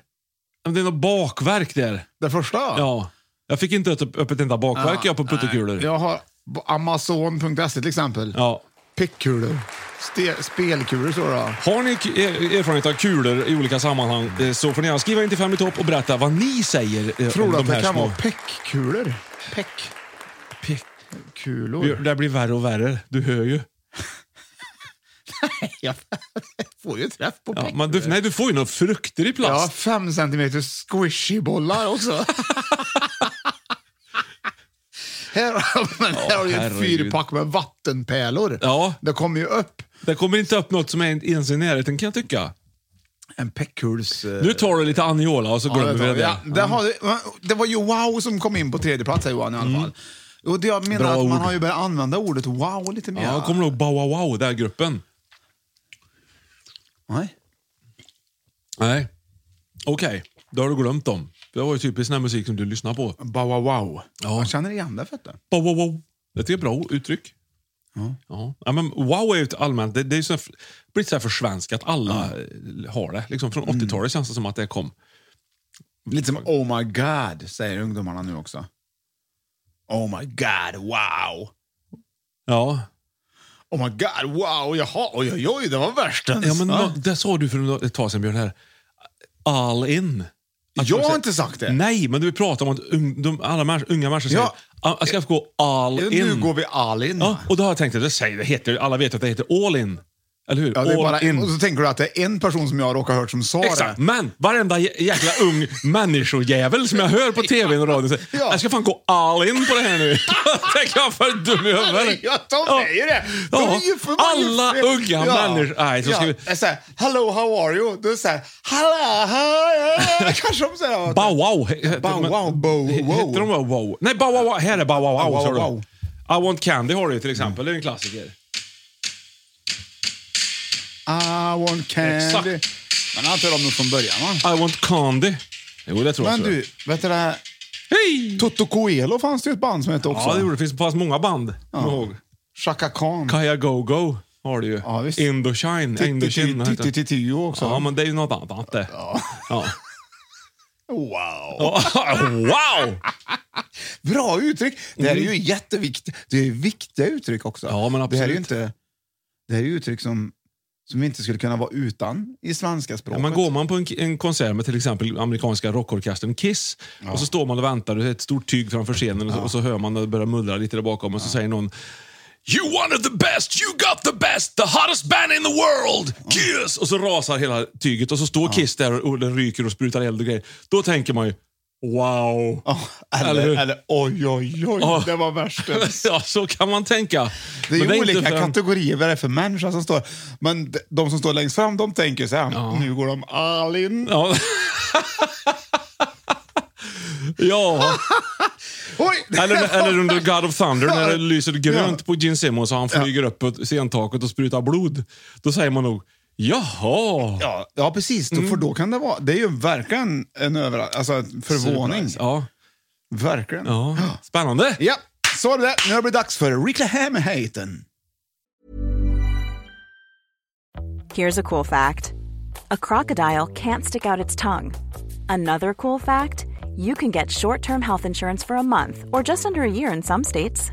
Men Det är något bakverk där.
Det första.
Ja. Jag fick
Ah,
inte upp, upp ett enda bakverk jag på puttekulor.
Jag har på Amazon.se till exempel.
Ja.
Pickkulor. Ste- spelkulor står det va?
Har ni k- er- erfarenhet av kulor i olika sammanhang eh, så får ni gärna skriva in till Fem i topp och berätta vad ni säger eh,
Tror
om
du att
de
det
här
kan
små...
vara peckkulor? Peckkulor?
Pick. Det här blir värre och värre. Du hör ju.
Jag får ju träff
Ja,
på peckkulor.
men du, nej, du får ju några frukter i
Ja,
plast.
fem centimeter squishy-bollar också. här, men här har du ju ett
herregud.
fyrpack med vattenpärlor.
Ja.
Det kommer ju upp
Det kommer inte upp något som är ens i närheten kan jag tycka.
en peckkuls... eh,
Nu tar du lite Aniola och så
ja,
glömmer vi
tar
det
vi.
där.
Ja, det, har, det var ju wow som kom in på tredje plats här Johan i alla fall. Och det jag menar
Bra
att man
ord.
har ju börjat använda ordet wow lite mer.
Ja, kommer du ihåg Bow Wow Wow, den här gruppen?
Nej.
Nej. Okej, då har du glömt dem. Det var ju typiskt den här musik som du lyssnar på.
Bow wow wow.
Ja.
Jag känner igen det fett.
Bow Wow Wow. Det är ett bra uttryck. Ja. Ja. men wow är ju ett allmänt... Det, det är ju så här, blivit så här försvenskat. Alla eh, har det. Liksom från
Mm.
80-talet känns det som att det kom.
Lite som oh my god säger ungdomarna nu också. Oh my god, wow.
Ja.
Oh my god, wow, jaha, oj oj oj, det var värst ens.
ja men,
va?
nå- det sa du för ett tag sedan, Björn. Här. All in. Att
jag
folk
har
säger-
inte sagt det.
Nej, men du pratar om att un, de, alla människor- unga människor säger
Ja.
"Ah, jag ska få gå all
Nu
in.
går vi all in.
Ja, och då har jag tänkt att det säger, det heter, alla vet att det heter all in. Eller hur?
Ja, det är
all
bara
in.
en, och så tänker du att det är en person som jag råkar ha hört som sa
Exakt,
det.
men varenda jä- jäkla ung människojävel som jag hör på tv och radio säger
Ja.
jag ska fan gå all in på det här nu. Tänker jag för dum i huvudet.
Ja, de är ju det. De
Ja.
är ju för
Alla
de är ju-
unga människor- Nej, så ska vi-
det är så här, hello, how are you? Då är det så här, hello, how are you? Kanske de säger något.
Bow wow.
Bow wow, bow wow.
Heter de bara wow? Nej, bow wow wow. Här är bow wow wow.
Bow wow
sa
wow.
du. I want candy har du ju till exempel. Det är en klassiker.
I want candy.
Exakt.
Men har inte de något från början va?
I want candy. Jo, det tror jag.
Men
tror jag.
du, vet du det här?
Hej!
Toto Coelho fanns det ju ett band som hette också.
Ja, det gjorde det. finns fast många band. Kom ihåg.
Chaka Khan.
Kaja Go-Go har du ju.
Ja, visst.
Indochine. Indochine heter den.
Titti-Tio också.
Ja, men det är ju något annat det. Ja.
Wow.
wow!
Bra uttryck! Det här är ju jätteviktigt. Det är viktiga uttryck också.
Ja, men
Det här är ju
absolut.
inte, det här är ju uttryck som, som vi inte skulle kunna vara utan i svenska språket.
Ja, men går man på en, en konsert med till exempel amerikanska rockorkestern Kiss och så står man och väntar och det är ett stort tyg framför scenen och, så, och så hör man det börja mullra lite där bakom och så säger någon You wanted the best, you got the best, the hottest band in the world, Kiss! Och så rasar hela tyget och så står Kiss där och, och den ryker och sprutar eld och grejer. Då tänker man ju Wow!
Ja, eller,
Eller hur?
eller, oj, oj, oj,
Ja.
det var värst.
Ja, så kan man tänka.
Det är ju
Men inte
olika
förrän-
kategorier vad det är för människa som står. Men de, de som står längst fram, de tänker så här, nu går de all in.
Ja. ja.
Oj! det
Eller,
var
eller under
värst.
God of Thunder när det lyser grönt
Ja.
på Gene Simmons och han flyger upp på scentaket och sprutar blod. Då säger man nog Jaha!
Ja, ja precis. Då-
Mm.
För då kan det vara... Det är ju verkligen en överra- alltså, en förvåning.
Surprise. Ja,
Verkligen.
ja. Spännande!
Ja, så var det där. Nu har det blivit dags för reklamheten.
Here's a cool fact a crocodile can't stick out its tongue. Another cool fact you can get short term health insurance for a month or just under a year in some states.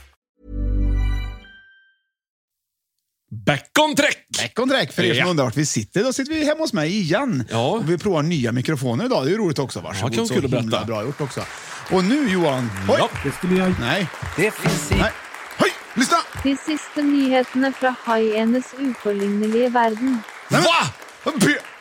Backon-träck!
Backon-träck, för er som
Ja.
undrar vart vi sitter. Då sitter vi hemma hos mig igen. Och vi provar nya mikrofoner idag. Det är ju roligt också. Varsågod.
Ja, kan
så
kul att
himla
berätta.
bra gjort också. Och nu Johan. Hoi! Det skulle jag Nej. Det finns inte. Hoi! Lyssna!
De siste nyhetene fra haienes uforlignelige verden.
Va?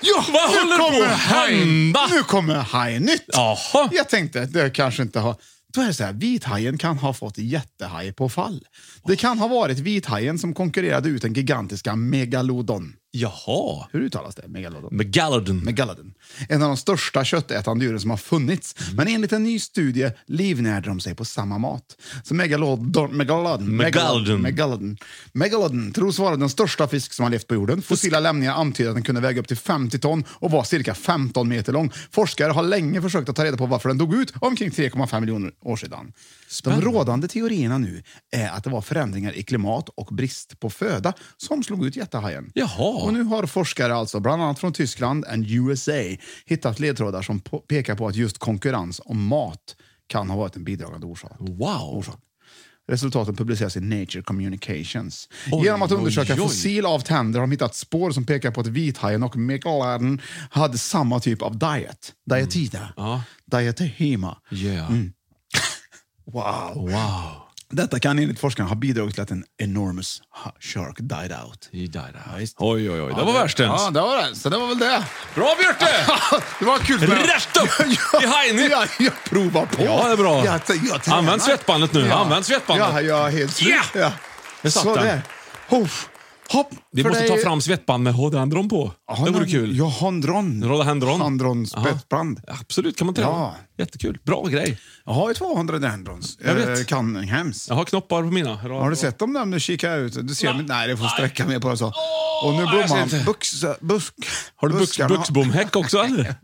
Ja,
Vad håller på
kommer
att
Haj-
hända?
Nu kommer hajnytt. Jaha. Jag tänkte att det kanske inte har... Då är det så här, vithajen kan ha fått jättehaj på fall. Det kan ha varit vithajen som konkurrerade ut den gigantiska megalodon. Jaha. Hur uttalas det? Megalodon? Megalodon. Megalodon. En av de största köttätande djuren som har funnits. Men enligt en ny studie livnärde de sig på samma mat. Så megalodon... Megalodon.
Megalodon.
Megalodon. Megalodon tros vara den största fisk som har levt på jorden. Fossila lämningar antyder att den kunde väga upp till 50 ton och var cirka 15 meter lång. Forskare har länge försökt att ta reda på varför den dog ut omkring 3,5 miljoner år sedan. De rådande teorierna nu är att det var förändringar i klimat och brist på föda som slog ut jättehajen. Jaha. Och nu har forskare, alltså bland annat från Tyskland och USA, hittat ledtrådar som po- pekar på att just konkurrens om mat kan ha varit en bidragande orsak. Wow. orsak. Resultaten publiceras i Nature Communications.
Oj,
Genom att undersöka
oj, oj.
fossil av tänder har de hittat spår som pekar på att vithajen och megalodon hade samma typ av diet.
Mm.
Dietida. Dietema.
Yeah.
Mm. wow. wow. Detta kan enligt forskarna ha bidragit till att en enormous ha- shark died out. He died out.
Oj, oj, oj. Det
Ja, Ah,
var
det-
värstens.
ja, det var det. Så det var väl det.
Bra Björte!
det var kul.
Rätt upp i hajnytt!
Jag, jag provar på.
Ja, det är bra.
Jag, jag tränar.
Använd svettbandet nu. Använd svettbandet.
Ja, jag är helt slut.
Ja!
Ja.
Där satt
Så
den.
där. Hoff. Hopp.
Vi
för
måste
dig.
ta fram svettband med hodendron på. det vore kul.
Ja, hondron.
Rodhendron.
Handron
Aha.
svettband.
Absolut, kan man träna.
Ja.
Jättekul. Bra grej.
Jag har ju 200 dendrons.
Jag vet.
Eh, Cunninghams.
Jag har knoppar på mina.
Har du sett dem där? Nu kikar jag ut. Du ser, nej. nej, det får sträcka mig på det så. Och nu
jag ser
blomman.
inte.
Buxa, busk,
Har du bux,
buskarna-
buxbomhäck också eller?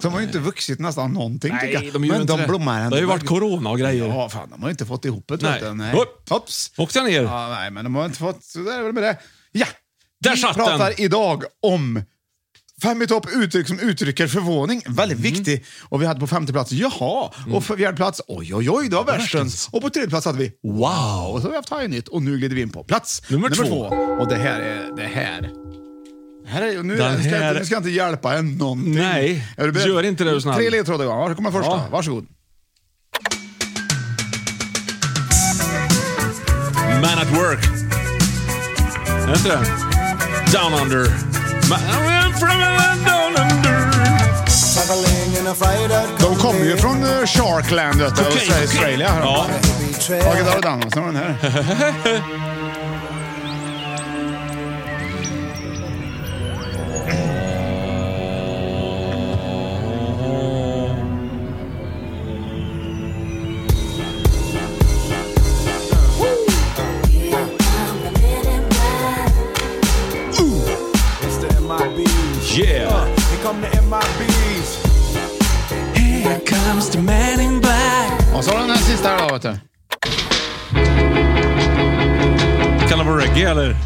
De har ju inte vuxit nästan någonting
Nej,
tycker jag.
de gör
Men
inte
de
det.
blommar
Det
ändå.
har ju varit corona och grejer.
Ja, fan, de har ju inte fått ihop det.
Nej.
vet du. Nej.
Upp.
Hopps.
Åkte jag ner?
Ja, nej, men de har inte fått... Så där är det med det. Ja!
Där
Vi
satt
pratar
den.
idag om Fem i topp uttryck som uttrycker förvåning.
Mhm.
Väldigt viktig. Och vi hade på femte plats, jaha.
Mm.
Och på fjärde plats, oj oj oj, det var värstens. Och på tredje plats hade vi, wow. Och så har vi haft High Nytt och nu glider vi in på plats
Nummer två.
Och det här är, det här. Det här är, nu,
Den
ska jag
här-
inte, nu ska jag inte hjälpa en någonting.
Nej,
Är du beredd?
gör inte det, är du snäll.
Tre ledtrådar igång. Här kommer första.
Ja.
Varsågod.
Man at work. Är det inte det? Down under. Ma- I'm from a land down under.
De kommer ju från eh, Sharkland, vet du. och
Okej, okej.
Australia. här.
Ja.
Tage Dahl Danielsson har den här.
Yeah.
Here comes the man in black.
Och så har den här sista här då, vet du.
Kan det vara reggae eller?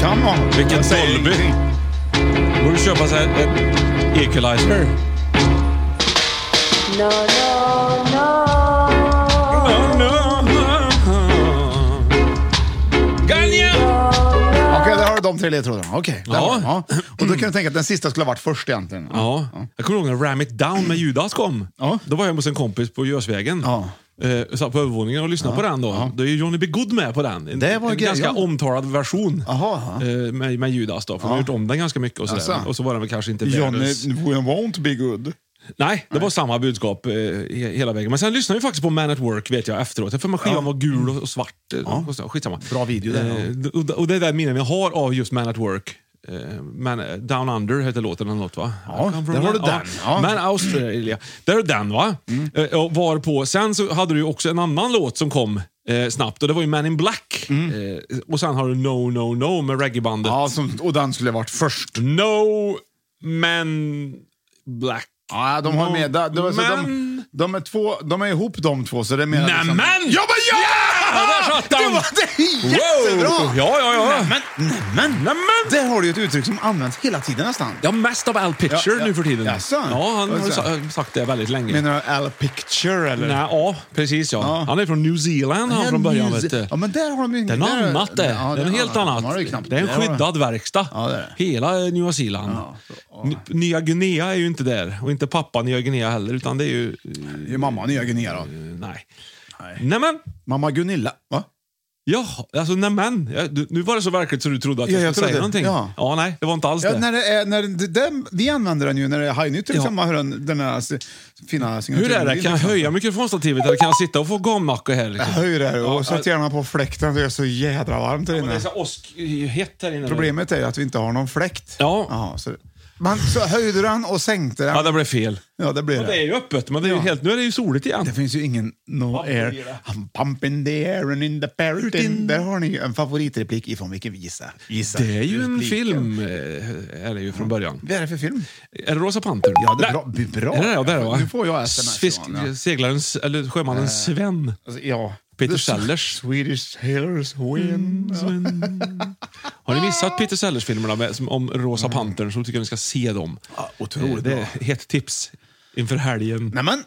Come on.
Vilken Dolby. Borde köpa sig ett equalizer.
No, no, no.
Okej, där har du de tre ledtrådarna. Okej, där
Ja.
var de. ja. Och då kan du tänka att den sista skulle ha varit först egentligen.
Ja. Jag kommer ihåg när Ram It Down med Judas kom. Då var jag hos en kompis på Gösvägen. Ja. Eh, satt på övervåningen och lyssnade på den då. Då är ju Johnny B. Good med på den. En,
Det var
en
grej,
ganska
ja.
omtalad version eh, med, med Judas då. För de har
Ja.
gjort om den ganska mycket och sådär.
Jaså.
Och så var den väl kanske inte
Johnny
världens...
won't be good.
Nej, det var samma budskap eh, he- hela vägen. Men sen lyssnade vi faktiskt på Man at Work vet jag efteråt. För man skivan var gul och och svart. eh, Och så, skitsamma. Bra video
där,
och, och det är det minnen jag har av just Man at Work. Eh, Man, Down Under heter låten eller något va?
Ja,
Come from
där har du
Man-
den. Ja. Mm.
Man Australia. Där har du den va? Eh, och var på. Sen så hade du ju också en annan låt som kom eh, snabbt och det var ju Man in Black. Eh, och sen har du No No No med reggaebandet.
Mm. Ja, som, och den skulle ha varit först.
No Man Black.
Ja, de har
No
med... De, de,
Man
de, de, är två, de är ihop de två, så det är mer... liksom-
Nämen!
Ja, men ja!
där satt den!
Det var det är jättebra!
Wow. Ja, ja, ja.
Nämen, nämen, nämen! Där har du ett uttryck som används hela tiden nästan.
Ja, mest av Al Pitcher
Ja, ja.
nu för tiden.
Jaså?
Ja, han har ju
Och sen-
sa- sagt det väldigt länge.
Menar du Al Picture eller?
Nej, ja, precis ja.
Ja.
Han är från New Zealand han
Ja,
från början.
New
Vet du.
Ze- Ja, men där har de ju...
Det är något
där-
annat det.
Ja,
det är något helt
de har
annat.
ju knappt-
Det är en
där har de-
skyddad verkstad.
Ja, det är det.
Hela Nya Zeeland. Ny- Nya Guinea är ju inte där. Och inte pappa Nya Guinea heller. Utan det är ju...
Det är ju mamma Nya Guinea då.
Nej. Nämen!
Mamma Gunilla, va?
Ja, alltså nämen. Ja, du- Nu var det så verkligt så du trodde att
Ja,
jag,
jag
skulle säga
trodde-
någonting.
ja.
nej, det var inte alls
Ja,
det.
när det är, när det, det, vi använder den ju när det är hajnytt till
Ja.
exempel. har Den, den här s- fina
Hur
signaturen.
är det? liksom. Kan jag höja mikrofonstativet eller kan jag sitta och få gammacka här? Liksom?
Höj det och sätt
ja.
gärna på fläkten. Det är så jädra varmt här
Men Det är
inne.
så åskhett här inne.
Problemet är ju att vi inte har någon fläkt.
Ja.
Jaha, så, man, så höjde den och sänkte den.
Ja, det blev fel.
Ja, det blir
Ja, det
det.
är ju öppet, men det är ju
Ja.
helt, nu är det ju soligt igen.
Det finns ju ingen
Pump
no
in the
air.
air.
I'm pumping the air and in the parrot in. Där har ni ju en favoritreplik ifrån vilken visa? Gissa.
Det är ju en
Repliken.
film, eh, är det ju från början.
Vad är det för film?
Är det Rosa Pantern?
Ja, det är
Nej.
bra. Det är bra.
Är det det? Ja, det är det va?
Nu får jag sms.
Fisk,
Johan, ja.
Seglaren, S- eller sjömannen Sven.
Alltså, ja.
Peter
The
Sellers. Mm,
Swedish Sailors Win.
Har ni missat Peter Sellers-filmerna med, som, om Rosa Pantern så tycker jag ni ska se dem.
Ja,
Eh,
otroligt
det
bra.
är ett tips inför helgen.
Nej, men.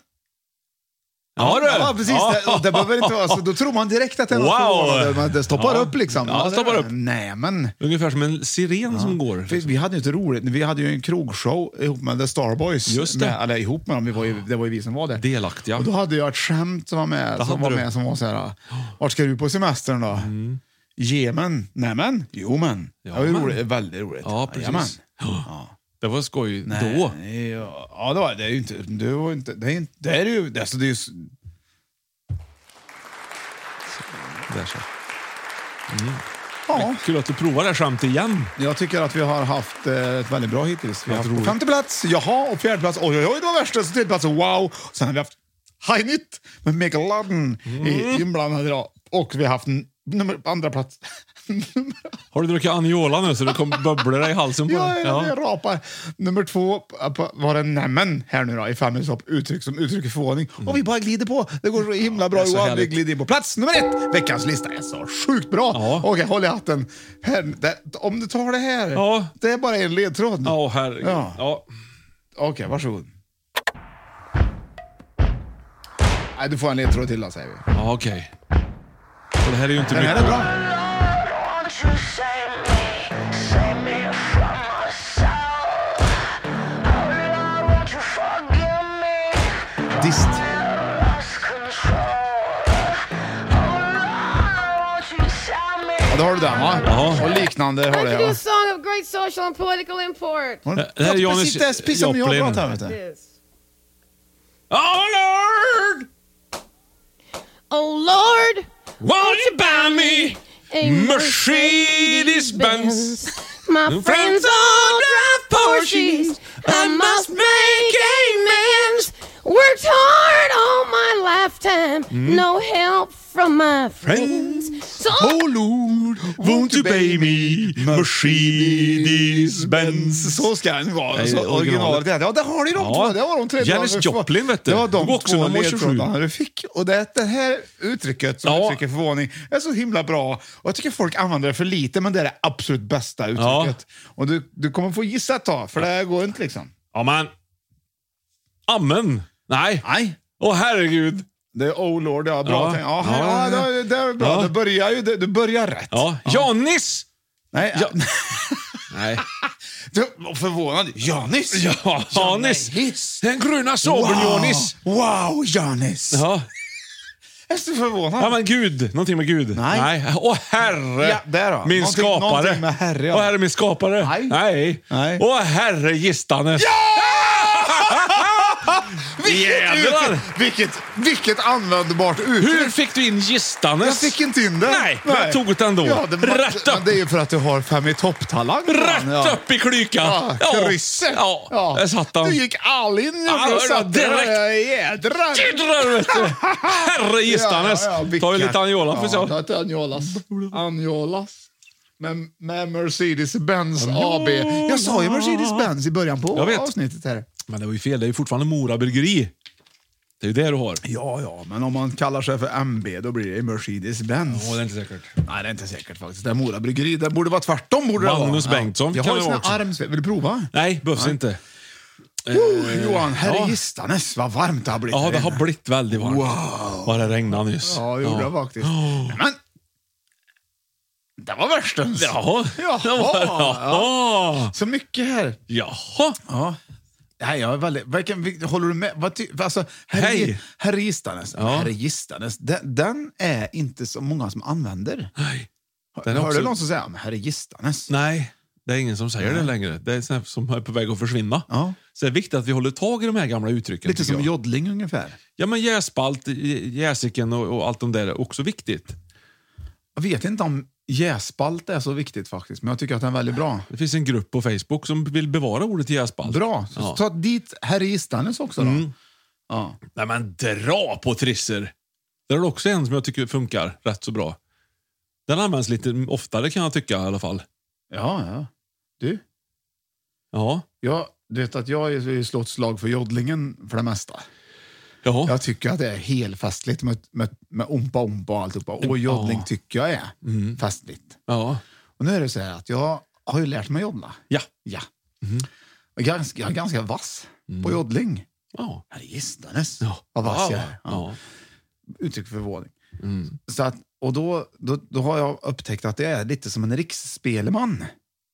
Ja, du!
Ja, precis. Det, och det behöver inte vara så. Då tror man direkt att det är något
Wow.
förvånande, men det stoppar
Ja.
upp liksom.
Ja, det stoppar upp.
Nej, men.
Ungefär som en siren som går.
För Vi hade ju inte roligt. Vi hade ju en krogshow ihop med The Starboys.
Just det. Ah.
Med, eller ihop med dem, vi var ju, det var ju vi som var där.
Delaktiga.
Och då hade jag ett skämt som var med,
Det
som,
hade
var
du.
med som var så här. ah. Vart ska du på semestern då?
Mm.
Jemen? Nämen? Jo men. Det var ju
Jamen.
roligt, väldigt roligt.
Ja, precis.
Jajamän.
Det var skoj
Nej,
då.
Ja, ja, det var det. är ju inte... Det, var inte, det, är, inte, det är ju... Det, alltså, det är ju... s-
Där så.
Ja.
Kul att du provar det här skämt igen.
Jag tycker att vi har haft eh, ett väldigt bra hittills. Vi har
Vad
haft
roligt.
femte plats, jaha, och fjärde plats, oj, oj, oj, det var värsta. Så tredje plats, wow. Sen har vi haft Hajnytt med Michael Ludden
Mm.
i inblandad idag. Och vi har haft n- nummer, andra plats.
Har du druckit Aniola nu så det kom bubblor i halsen på
ja,
dig?
ja. Jag rapar. Nummer två eh, på- var det nämen här nu då, i fem minuters hopp, uttryck som uttrycker förvåning. Och vi bara glider på. Det går så himla bra
det är så
Johan. Vi
härligt.
glider in på plats nummer ett. Veckans lista är så sjukt bra.
Ja.
Okej, håll i hatten. Här, det, om du tar det här.
Ja.
Det är bara en ledtråd.
Ja, åh, herregud.
Ja.
Ja.
Okej, varsågod. Nej, du får en ledtråd till då, säger vi.
Ja, okej. Och Det här är ju inte
Den här
mycket.
är bra. Dist. Ja, då har du den va?
Ja.
Och liknande har det va?
song of great social and political import.
Hon
Det här är
pratar
Janis
precis det precis som jag
Joplin.
pratar vet du.
Oh Lord,
Oh Lord,
won't you buy me
a
Mercedes Benz?
My friends all drive Porsches. I must make amends. Worked hard all my lifetime. No help from my friends. So
Oh Lord, won't you pay me Mercedes-Benz? Så ska den vara.
Nej,
Så
originalet.
originalet. är det. Ja, där har ni de
Ja.
två. Det var de tre.
Janis
Det var-
Joplin, vet du.
Det var
Det var
de
också
två
nummer 27.
ledtrådarna du fick. Och det, det här uttrycket som
Ja.
uttrycker förvåning är så himla bra. Och jag tycker folk använder det för lite, men det är det absolut bästa uttrycket. Och du, du kommer få gissa ett tag, för det här går inte liksom.
Ja, men. Amen. Nej.
Nej.
Åh herregud.
Det är Oh Lord, ja. Bra
Ja.
tänkt. Ja,
Ja,
ja,
ja, ja.
det- det är bra.
Ja.
Du börjar ju, du börjar rätt.
Ja. Janis!
Nej, ja.
Nej.
Du, vad förvånad. Janis?
Ja, Janis.
Janis.
Den gröna sabeln Janis.
Wow, wow Janis!
Ja.
Jag är så förvånad.
ja, men Gud. Någonting med Gud.
Nej.
Åh herre.
Ja, där då.
Min
Någonting-
skapare.
någonting med herre, ja.
Åh herre, min skapare.
Nej.
Nej.
Nej.
Åh herre, gistanes. Jävlar!
uttryck. vilket, vilket användbart uttryck!
Hur fick du in gistanes?
Jag fick inte in det.
Nej, jag tog det ändå.
Ja, det,
Rätt upp.
men det är ju för att du har fem i topp-talang.
Rätt
ja.
upp i klykan!
Ja, krysset.
Ja, där satt han.
Du gick all in i
Ja,
och
ja,
satte den.
direkt.
Ja, Jädrar!
Jädrar vet du! Herre gistanes! Ta ju lite Anjola för att se.
Ja, ta Anjolas. Anjolas. Med, med Mercedes-Benz AB. Jag sa ju Mercedes-Benz i början på
Jag vet.
avsnittet här.
Men det var ju fel, det är ju fortfarande Mora Bryggeri. Det är ju det du har.
Ja, ja, men om man kallar sig för MB då blir det Mercedes-Benz.
Ja, det är inte säkert.
Nej, det är inte säkert faktiskt. Det är Mora Bryggeri. Det borde vara tvärtom. Borde
Magnus
det vara.
Bengtsson
Jag
kan
har ju
det
sån
vara
här
också.
arms... Vill du prova?
Nej, behövs
Nej.
inte.
Oh,
Eh,
Johan,
ja.
herregistanes vad varmt det har blivit.
Ja,
här
det har
inne.
blivit Oh. väldigt varmt.
Wow.
Vad det regnade nyss.
Ja, det gjorde det faktiskt. Men... Det var värstens.
Jaha.
Jaha.
Jaha.
Ja. Så mycket här.
Jaha.
Ja. Nej, jag är väldigt, vilken, vil- håller du med? Vad ty, alltså,
Hej.
herre, herre Gistanes,
Ja.
herre Gistanes den, den är inte så många som använder.
Nej.
Hör
Den är också-
du någon som säger "Ja, men herre Gistanes?
Nej, det är ingen som säger det längre. Det är sånt här som är på väg att försvinna.
Ja.
Så det är viktigt att vi håller tag i de här gamla uttrycken.
Lite
tycker
som
jag.
joddling ungefär.
Ja, men jäspalt, jä- jäsiken och, och allt de där är också viktigt.
Jag vet inte om jäspalt är så viktigt faktiskt, men jag tycker att den är väldigt bra.
Det finns en grupp på Facebook som vill bevara ordet jäspalt.
Bra. Så
Ja.
ta dit herre Gistanes också då.
Mm.
Ja.
Nej, men dra på trisser! Där är det också en som jag tycker funkar rätt så bra. Den används lite oftare kan jag tycka i alla fall.
ja, ja. Du,
Ja.
jag, du vet att jag har ju slått slag för joddlingen för det mesta.
Oh. Jaha.
Jag tycker att det är helt festligt med, med, med ompa ompa och alltihopa. Och joddling
Ja.
tycker jag är
Mm.
festligt.
Ja.
Och nu är det så här att jag har ju lärt mig joddla.
Ja.
Ja. Och Ganska, jag är ganska vass på joddling.
Ja.
Herre gistanes
Mm. Ja.
vad vass jag är.
Ja. Ja.
Uttryck för förvåning.
Mm.
Så att, och då, då, då har jag upptäckt att det är lite som en riksspelman.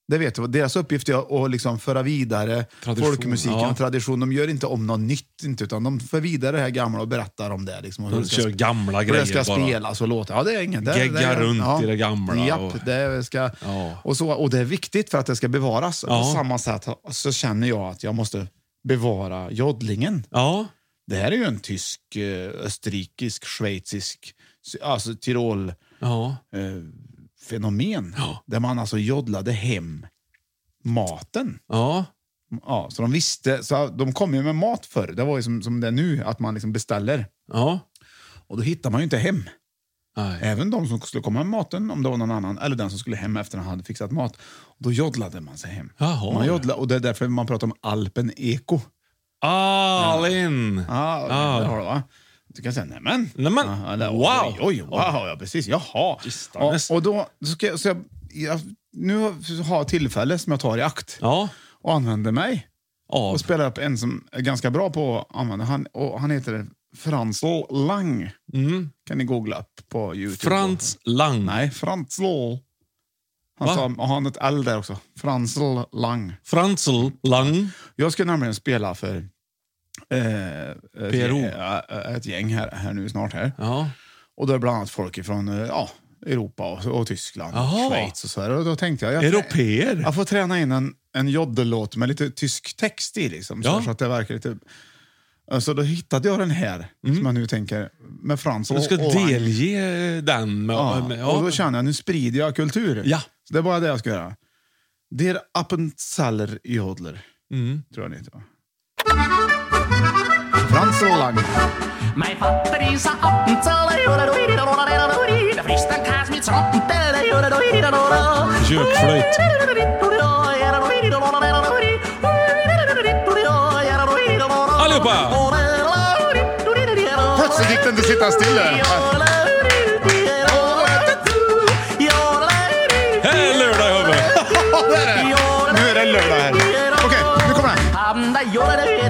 Det vet jag. Deras uppgift är att liksom föra vidare
Tradition,
folkmusiken
ja.
och tradition. De gör inte om något nytt, inte, utan de för vidare det här gamla och berättar om det. Liksom, och hur
De
det ska
kör
sp-
gamla
hur det
grejer
ska
bara.
spelas och låta. Ja, det är inget. Det,
Gegga
det,
runt i det gamla
Japp,
och-
det ska,
Ja.
och, så, och det är viktigt för att det ska bevaras.
Ja.
På samma sätt ha- så känner jag att jag måste bevara joddlingen.
Ja.
Det här är ju en tysk, eh, österrikisk, schweizisk, sy- alltså Tirol
Ja.
eh, fenomen.
Ja.
Där man alltså joddlade hem maten.
Ja.
Ja, så de visste, så de kom ju med mat förr. Det var ju som, som det är nu, att man liksom beställer.
Ja.
Och då hittar man ju inte hem.
Nej.
Även de som skulle komma med maten, om det var någon annan, eller den som skulle hem efter att han hade fixat mat. Då joddlade man sig hem.
Jaha.
Man joddla, och det är därför man pratar om alpen eko.
Alin!
Ja,
Ah.
det har du va? Du kan säga nämen.
Nämen.
Ja, eller,
Wow.
Oj, oj, wow, ja precis. Jaha.
Gistanes.
Och, och då så ska jag, så jag, jag, nu har jag tillfälle som jag tar i akt
Ja.
och använder mig.
Av.
Och spelar upp en som är ganska bra på att använda. Han, och han heter Frans Lang.
Mm.
Kan ni googla upp på Youtube.
Frans Lang.
Nej, Frans Lang. Han
Va?
sa, och han har ett L där också. Frans Lang.
Fransel Lang.
Jag ska nämligen spela för eh, ett,
PRO.
gäng- eh, ett gäng här, här nu snart här.
Ja.
Och då är bland annat folk från ja, Europa och, och Tyskland
Jaha.
och Schweiz och så här. Och då tänkte jag, jag,
Europeer.
jag får träna in en, en joddellåt med lite tysk text i liksom.
Ja.
Så, så att det verkar lite... Så då hittade jag den här, som jag nu tänker, med Frans
Mm. Du ska
och- och-
delge den med...
Ja.
med
Och då känner jag, nu sprider jag kultur.
Ja.
Så det är bara det jag ska göra. Der Appenzeller Jodler,
Mm.
tror jag det heter. va? Frans och Lang.
Mein Vater ist ein Appenzeller, oder du, oder oder oder oder Der frisst einen Käse mit Schrappentelle, oder du, oder oder
Kökflöjt. Allihopa!
Plötsligt gick det inte att sitta stilla.
Hej lördag gubbe!
Nu är det lördag här. Okej, nu kommer den.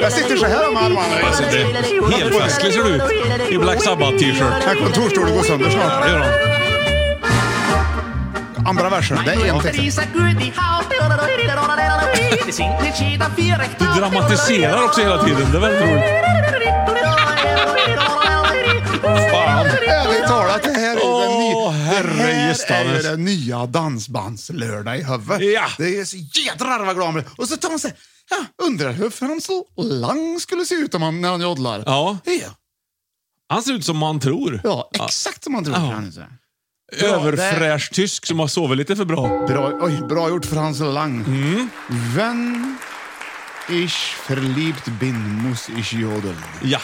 Jag sitter så här med armarna.
Jag sitter Alltså, helt festlig ser du ut. I Black Sabbath-t-shirt.
Här kommer kontorsstolen gå sönder snart.
Ja, det gör han.
Andra versen, det är en text.
Du dramatiserar också hela tiden. Det är väldigt roligt. Fan.
Ärligt talat, det här är ju den, ny,
Åh, herre
det här är ju
gestanes.
den nya dansbandslördag i huvudet.
Ja.
Det är så jädrar vad glad man blir. Och så tar man sig, ja, undrar hur Frans Lang skulle se ut om han, när han joddlar.
Ja,
Ja.
han ser ut som man tror.
Ja, exakt som man tror.
Ja.
Frans.
Överfräsch tysk som har sovit lite för bra. Mm.
Bra, oj, bra gjort Frans Lang. Wenn ich verliebt bin, muss ich jodeln.
Ja.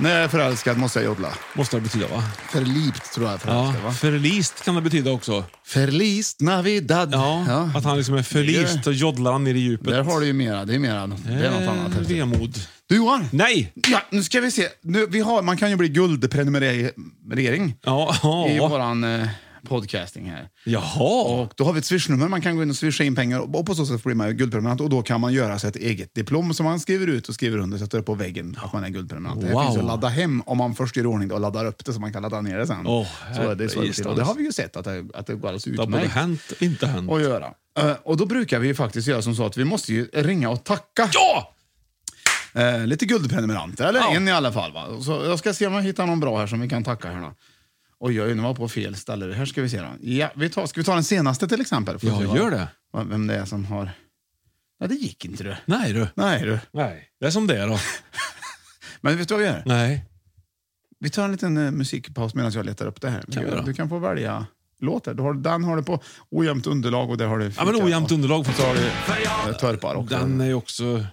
När jag är förälskad måste jag jodla.
Måste det betyda va?
Förlipt tror jag
Ja,
förälskad va?
förlist kan det betyda också.
Förlist Navidad.
Ja, att han liksom är förlist och joddlar han ner i djupet.
Där har du ju mera. Det är mera. Det är något annat.
Eh, Vemod.
Du Johan!
Nej!
Ja, nu ska vi se. Nu, vi har, man kan ju bli guldprenumerering i våran eh, podcasting här.
Jaha!
Och då har vi ett swishnummer. Man kan gå in och swisha in pengar och, och på så sätt blir man ju guldprenumerant. Och då kan man göra sig ett eget diplom som man skriver ut och skriver under och sätter upp på väggen att man är guldprenumerant. Det
Wow.
här finns ju att ladda hem om man först gör i ordning det och laddar upp det så man kan ladda ner det sen.
Åh,
så är det, så det,
herregistan.
och det har vi ju sett att det, att det går alldeles
Det har både
utmärkt
hänt och inte hänt.
att göra. Eh, Och då brukar vi ju faktiskt göra som så att vi måste ju ringa och tacka.
Ja!
Eh, lite guldprenumeranter, eller en i alla fall. Va? Så jag ska se om jag hittar någon bra här som vi kan tacka. Här, då. Oj, oj, nu var jag på fel ställe. Här ska vi se. Då. Ja, vi tar, ska vi ta den senaste till exempel? Får
Ja,
se vad-
gör det.
vad- Vem det är som har... Ja, det gick inte du.
Nej du.
Nej du.
Nej. Det är som det är då.
Men vet du vad vi gör?
Nej.
Vi tar en liten eh, musikpaus medan jag letar upp det här.
Kan vi göra.
du kan få välja låt. här. Du har, den har du på ojämnt underlag och där har du...
Ja, men ojämnt underlag får ta det.
Eh, Törpar också.
Den är ju också...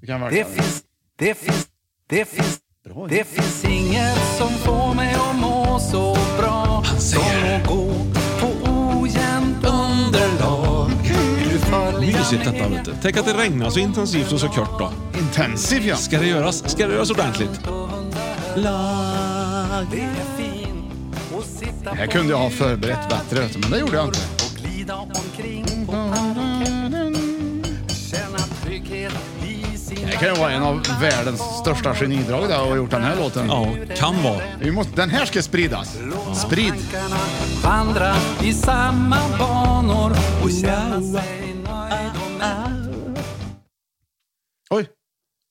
Du kan välja.
Det finns, det finns, det finns inget som får mig att må så bra som att gå på ojämnt underlag. Du följer
Mysigt detta vet du. Tänk att det regnar så intensivt och så kort då.
Intensivt ja.
Ska det göras, ska det göras ordentligt?
lag. Det är fint att sitta
Det här
på
kunde jag ha förberett bättre, vet du, men det gjorde jag inte.
och glida omkring på parketten. Känna trygghet i sin
Det kan ju vara en av världens största genidrag där och gjort den här låten.
Ja, kan vara.
Vi måste, den här ska spridas. Sprid.
vandra i samma banor och känna sig nöjd och nöjd.
Oj.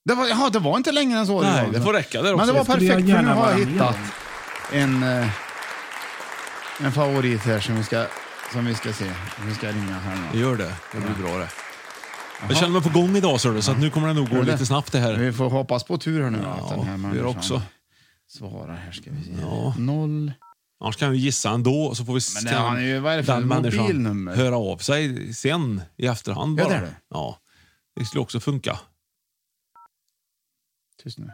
Det var, jaha, det var inte längre än så.
Nej,
var.
det får räcka där
Men
också.
det var
Det skulle jag
perfekt, för nu
gärna
har jag
vara med
hittat en, eh, en favorit här som vi ska, som vi ska se. Vi ska ringa här nu.
Gör det. Det blir bra det. Jag känner mig på gång idag så, så att nu kommer det nog gå
Gör det.
lite snabbt det här.
Vi får hoppas på tur här nu. att den här
Ja, gör
människan
också.
Svarar här ska vi se.
Ja.
Noll.
Annars kan vi gissa ändå så får vi
Men det- han är ju- vad är det för
den människan
mobilnummer?
höra av sig sen i efterhand
Ja,
bara.
det är det.
Ja, det skulle också funka.
Tyst nu.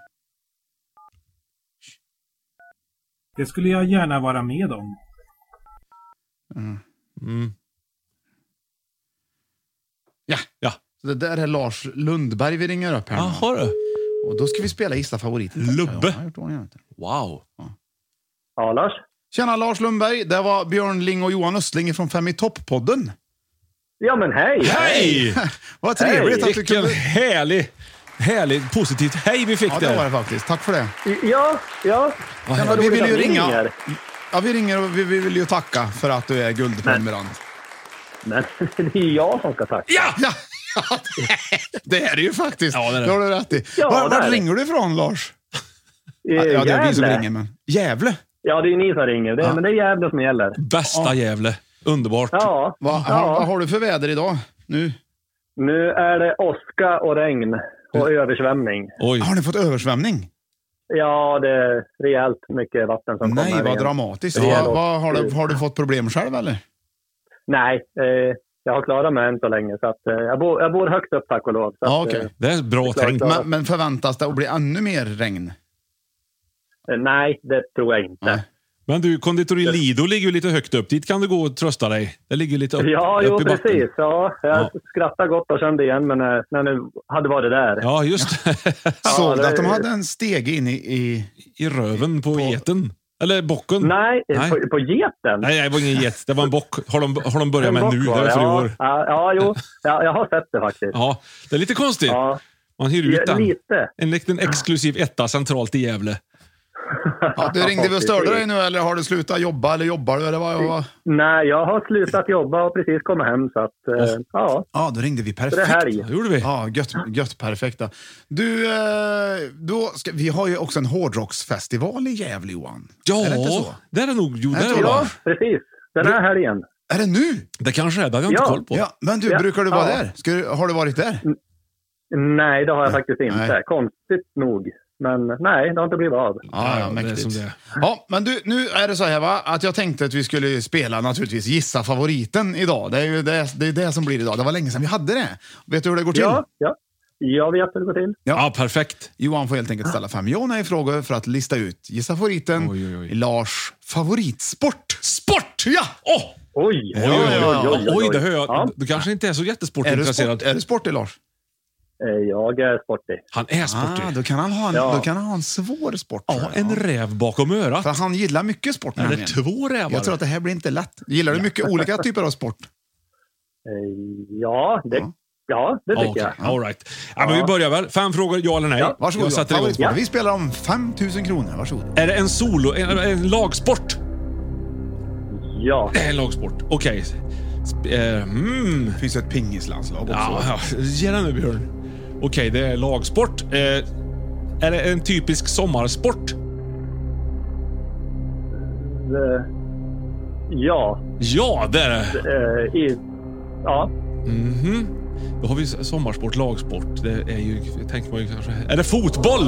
Det skulle jag gärna vara med om.
Mm.
Mm.
Ja.
ja.
Så det där är Lars Lundberg vi ringer upp här nu.
Jaha du.
Och då ska vi spela Gissa favoriten.
Lubbe.
Ja, jag har gjort ordning här.
Wow.
Ja, Lars.
Tjena Lars Lundberg, det var Björn Ling och Johan Östling från Fem i topp-podden.
Ja, men hej!
Hej!
Vad trevligt att du
Vilken
kunde...
härlig, härlig, positivt hej vi fick
Ja, det
där.
var det faktiskt. Tack för det.
Ja, ja.
Vad
Ja,
härligt.
vi vill ju
att ni
ringa.
ringer.
Ja, vi ringer och vi, vi vill ju tacka för att du är guldprenumerant.
Men det är jag som ska tacka.
Ja!
ja! Det är det ju faktiskt.
Ja, det är det.
har du rätt i.
Ja,
var
det är
var
det.
ringer du ifrån Lars?
Eh,
Ja, det är vi som
Gävle.
ringer. Men... Gävle?
Ja, det är ni som ringer. Det,
Ja.
Men det är Gävle som gäller.
Bästa Gävle. Underbart.
Ja.
Vad
ja.
har, vad har du för väder idag? Nu?
Nu är det åska och regn och översvämning.
Oj.
Har ni fått översvämning?
Ja, det är rejält mycket vatten som kommer.
Nej, vad
igen.
dramatiskt.
Rejäl
Vad, vad, har, du,
åsktur.
har du fått problem själv eller?
Nej, eh, jag har klarat mig än så länge. Så att, eh, jag, bor, jag bor högt upp tack och lov. Så
Ja,
att,
okej.
eh,
Det är bra
klart
tänkt.
att-
Men, men förväntas det att bli ännu mer regn?
eh, nej, det tror jag inte.
Men du, konditori Lido ligger ju lite högt upp. Dit kan du gå och trösta dig. Det ligger lite upp,
Ja,
upp
jo,
i backen.
precis. Ja, jag skrattade gott och kände igen men när, när nu hade varit där.
Ja, just det.
Såg du
det-
att de hade en stege in i... i...
I röven på, geten. Eller bocken.
Nej,
Nej.
På, på geten.
Nej, det var ingen get. Det var en bock. Har de, har de börjat med
En
nu?
bock
Det
var
är för i
ja,
år.
Ja, ja, jo. Ja, jag har sett det faktiskt.
Ja, det är lite konstigt.
Ja.
Man hyr ut
Ja,
den.
lite.
En liten exklusiv etta centralt i Gävle.
Ja, du ringde vi och störde dig nu eller har du slutat jobba eller jobbar du? Eller
Mm.
vad, vad?
Nej, jag har slutat jobba och precis kommit hem så att, eh, ja.
Ja, då ringde vi perfekt.
Det är helg.
Det gjorde vi.
Ja, gött, gött perfekta. Du, eh, då ska, vi har ju också en hårdrocksfestival i Gävle, Johan.
Ja,
Är det inte så?
det är det nog. Jo, det,
Jag
är det,
tror
nog.
Ja, precis. Den här helgen.
Är det nu?
det kanske är. Det hade jag inte
Ja.
koll på.
Ja, men du,
Ja,
brukar du vara
ja. Mm.
där? Ska, du- har du varit där?
Nej, det har jag faktiskt inte.
Nej.
Konstigt nog. Men nej, det har inte blivit av.
Ja, ja,
det är
mäktigt.
som det är.
Ja, men du, nu är det så här va, att jag tänkte att vi skulle spela naturligtvis Gissa favoriten idag. Det är ju det, det, är det som blir idag. Det var länge sedan vi hade det. Vet du hur det går till?
Ja, ja. Jag vet hur det går till.
Ja. perfekt. Johan får helt enkelt ställa fem ja och nej-frågor för att lista ut gissa favoriten i Lars favoritsport. Sport! Ja!
Åh!
Oj,
oj, oj, oj, oj, det hör jag. Du kanske inte är så
Är du,
jättesportintresserad.
sport, är du sportig, Lars?
Eh, Jag är sportig.
Han är sportig.
Ah, då, kan han ha en,
Ja.
då kan han ha en svår sport.
Ja, en räv bakom örat.
För han gillar mycket sport.
Eller
nämligen.
två rävar.
Jag tror att det här blir inte lätt. Gillar du mycket olika typer av sport?
Eh, Ja, det, ja, det tycker jag.
All right. ja, men vi börjar väl. Fem frågor, ja eller nej.
Ja, varsågod.
Jag sätter igång.
Favoritsport. Vi spelar om 5 000 kronor. Varsågod.
Är det en solo, en, en lagsport?
Ja.
Det är en lagsport. Okej. Okay. Mm.
finns ett pingislandslag också.
Ja, ja. Ge den nu Björn. Okej, det är lagsport. Eh, är det en typisk sommarsport?
Eh, Ja.
Ja, det är det.
Eh, i- Ja.
Mhm. Då har vi sommarsport, lagsport. Det är ju, tänker man ju kanske. Är det fotboll?